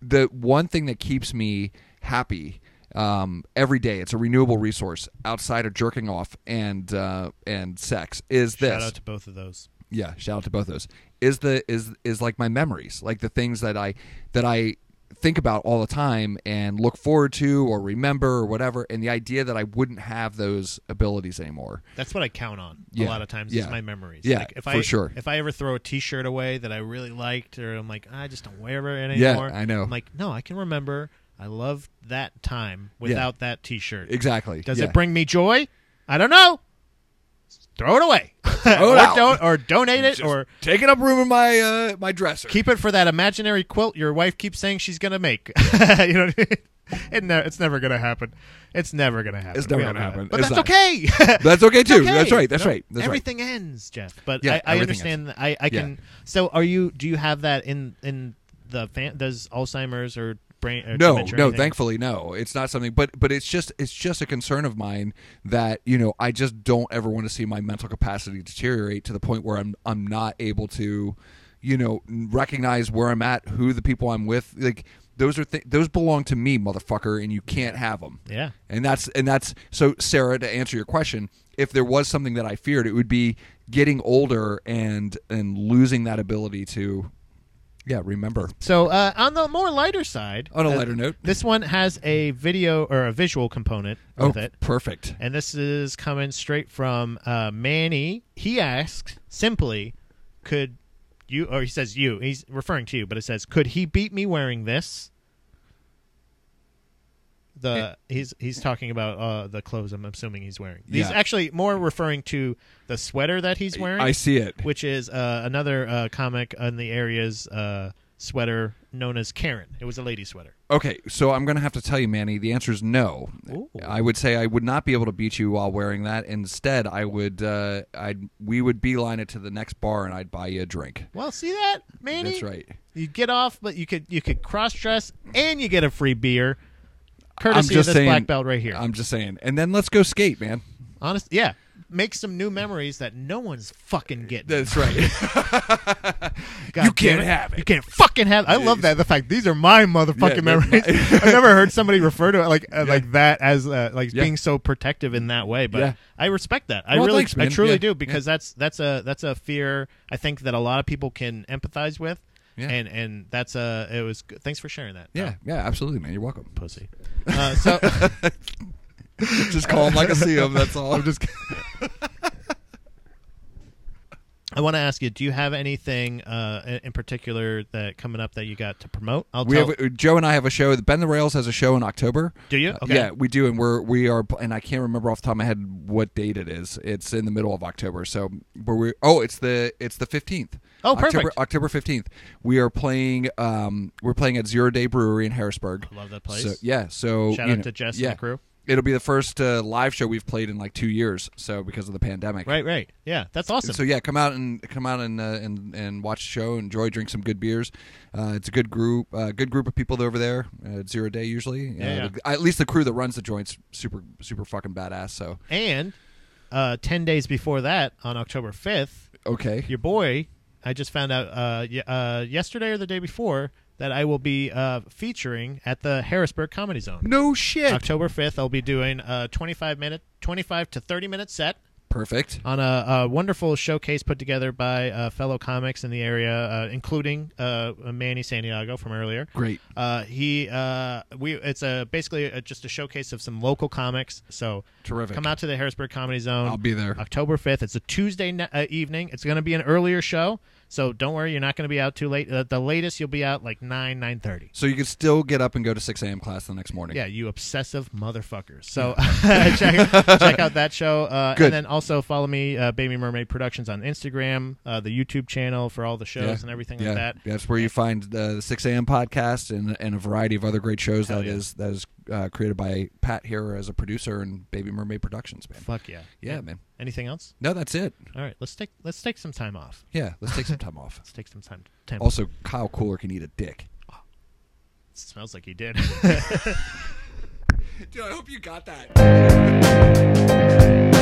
B: the one thing that keeps me happy um, every day it's a renewable resource outside of jerking off and uh, and sex is this
A: Shout out to both of those.
B: yeah shout out to both those is the is is like my memories like the things that i that i think about all the time and look forward to or remember or whatever. And the idea that I wouldn't have those abilities anymore.
A: That's what I count on
B: Yeah.
A: a lot of times.
B: Yeah.
A: Is my memories.
B: Yeah,
A: like if
B: for
A: I,
B: sure.
A: If I ever throw a T-shirt away that I really liked, or I'm like, I just don't wear it
B: Yeah,
A: anymore.
B: I know.
A: I'm like, no, I can remember. I loved that time without that T-shirt.
B: Exactly.
A: Does
B: Yeah.
A: it bring me joy? I don't know. Throw it away,
B: <laughs> it
A: or,
B: out.
A: don't, or donate it,
B: Just
A: or
B: taking up room in my uh, my dresser?
A: keep it for that imaginary quilt your wife keeps saying she's gonna make. <laughs> you know, what I mean? it ne- it's never gonna happen. It's never gonna happen.
B: It's never
A: We all
B: gonna
A: know
B: happen.
A: that. But
B: It's
A: that's
B: not.
A: okay.
B: <laughs>
A: <laughs>
B: That's okay too.
A: okay.
B: That's right. That's
A: No,
B: right. That's
A: everything ends, Jeff. But I,
B: Yeah,
A: I
B: everything
A: understand. That I, I can. So, are you? Do you have that in in the fan? Does Alzheimer's or brain? Or
B: right. No,
A: dementia or
B: no.
A: anything?
B: Thankfully, no. It's not something. But but it's just it's just a concern of mine that you know I just don't ever want to see my mental capacity deteriorate to the point where I'm I'm not able to, you know, recognize where I'm at, who the people I'm with. Like those are th- those belong to me, motherfucker, and you can't have them.
A: Yeah.
B: And that's and that's so Sarah to answer your question, if there was something that I feared, it would be getting older and and losing that ability to yeah, remember.
A: So, uh, on the more lighter side,
B: On a
A: uh,
B: lighter note.
A: this one has a video or a visual component
B: Oh,
A: with it.
B: perfect.
A: And this is coming straight from uh, Manny. He asks simply, could you, or he says you, he's referring to you, but it says, could he beat me wearing this? The
B: Eh.
A: he's he's talking about uh, the clothes. I'm assuming he's wearing. He's
B: Yeah.
A: actually more referring to the sweater that he's wearing,
B: I see it.
A: which is uh, another uh, comic in the area's uh, sweater known as Karen. It was a lady sweater.
B: Okay, so I'm going to have to tell you, Manny, the answer is no.
A: Ooh.
B: I would say I would not be able to beat you while wearing that. Instead, I would uh I'd we would beeline it to the next bar and I'd buy you a drink.
A: Well, see that, Manny.
B: That's right.
A: You get off, but you could you could cross dress and you get a free beer, courtesy
B: I'm just
A: of this
B: saying,
A: black belt right here.
B: I'm just saying. And then let's go skate, man.
A: Honest, yeah. Make some new memories that no one's fucking getting. <laughs>
B: That's right.
A: God
B: you
A: damn
B: can't have it.
A: You can't fucking have. I love that the fact these are my motherfucking
B: they're
A: memories. <laughs> I've never
B: <laughs>
A: heard somebody refer to it like uh, like that as uh, like
B: Yeah.
A: being so protective in that way. But
B: Yeah.
A: I respect that. I
B: Well,
A: really,
B: thanks,
A: I
B: man.
A: truly
B: Yeah.
A: do because that's that's a that's a fear I think that a lot of people can empathize with.
B: Yeah.
A: And and that's a it was. good- Thanks for sharing that. Oh,
B: yeah, yeah, absolutely, man. You're welcome.
A: pussy. Uh, so
B: <laughs> Just call him like I see him. That's all. I'm just.
A: I want to ask you: Do you have anything uh, in- in particular that coming up that you got to promote? I'll
B: We
A: tell.
B: have Joe and I have a show. Bend the Rails has a show in October.
A: do you?
B: Uh,
A: Okay.
B: Yeah, we do, and we're we are, and I can't remember off the top of my head what date it is. It's in the middle of October, so but we oh, it's the it's the fifteenth.
A: Oh,
B: October,
A: perfect.
B: October fifteenth. We are playing. Um, we're playing at Zero Day Brewery in Harrisburg.
A: I love that place.
B: So, yeah, so
A: Shout
B: you
A: out
B: know,
A: to Jess
B: yeah.
A: and the crew.
B: It'll be the first uh, live show we've played in like two years, so because of the pandemic.
A: Right, right. Yeah, that's awesome.
B: So yeah, come out and come out and uh, and and watch the show. Enjoy, drink some good beers. Uh, it's a good group, uh, good group of people over there. Uh, it's zero day usually.
A: Yeah,
B: uh,
A: yeah.
B: the- at least the crew that runs the joints super super fucking badass. So
A: and uh, ten days before that, on October fifth,
B: okay,
A: your boy. I just found out uh, y- uh, yesterday or the day before that I will be uh, featuring at the Harrisburg Comedy Zone.
B: no shit,
A: October fifth, I'll be doing a twenty-five minute, twenty-five to thirty-minute set.
B: perfect.
A: on a, a wonderful showcase put together by uh, fellow comics in the area, uh, including uh, Manny Santiago from earlier.
B: Great.
A: Uh, he, uh, we, it's a basically a, just a showcase of some local comics. So
B: Terrific.
A: Come out to the Harrisburg Comedy Zone.
B: I'll be there.
A: October fifth. It's a Tuesday ne- uh, evening. It's going to be an earlier show, so don't worry, you're not going to be out too late. Uh, the latest you'll be out like nine nine thirty.
B: So you can still get up and go to six a.m. class the next morning.
A: Yeah, you obsessive motherfuckers. So <laughs> check, check out that show. Uh,
B: Good.
A: And then also follow me, uh, Baby Mermaid Productions, on Instagram, uh, the YouTube channel for all the shows and everything
B: Yeah.
A: like that.
B: That's where you find uh, the 6 a.m. podcast and, and a variety of other great shows
A: Hell
B: that
A: yeah.
B: is that is uh, created by Pat here as a producer and Baby Mermaid Productions, man.
A: Fuck yeah.
B: Yeah, man.
A: Anything else?
B: No, that's it.
A: All right, let's take let's take some time off.
B: Yeah, let's take some time off.
A: Let's take some time. Time.
B: Also, Kyle Cooler can eat a dick.
A: smells like you
B: <laughs>
A: did.
B: Dude, I hope you got that.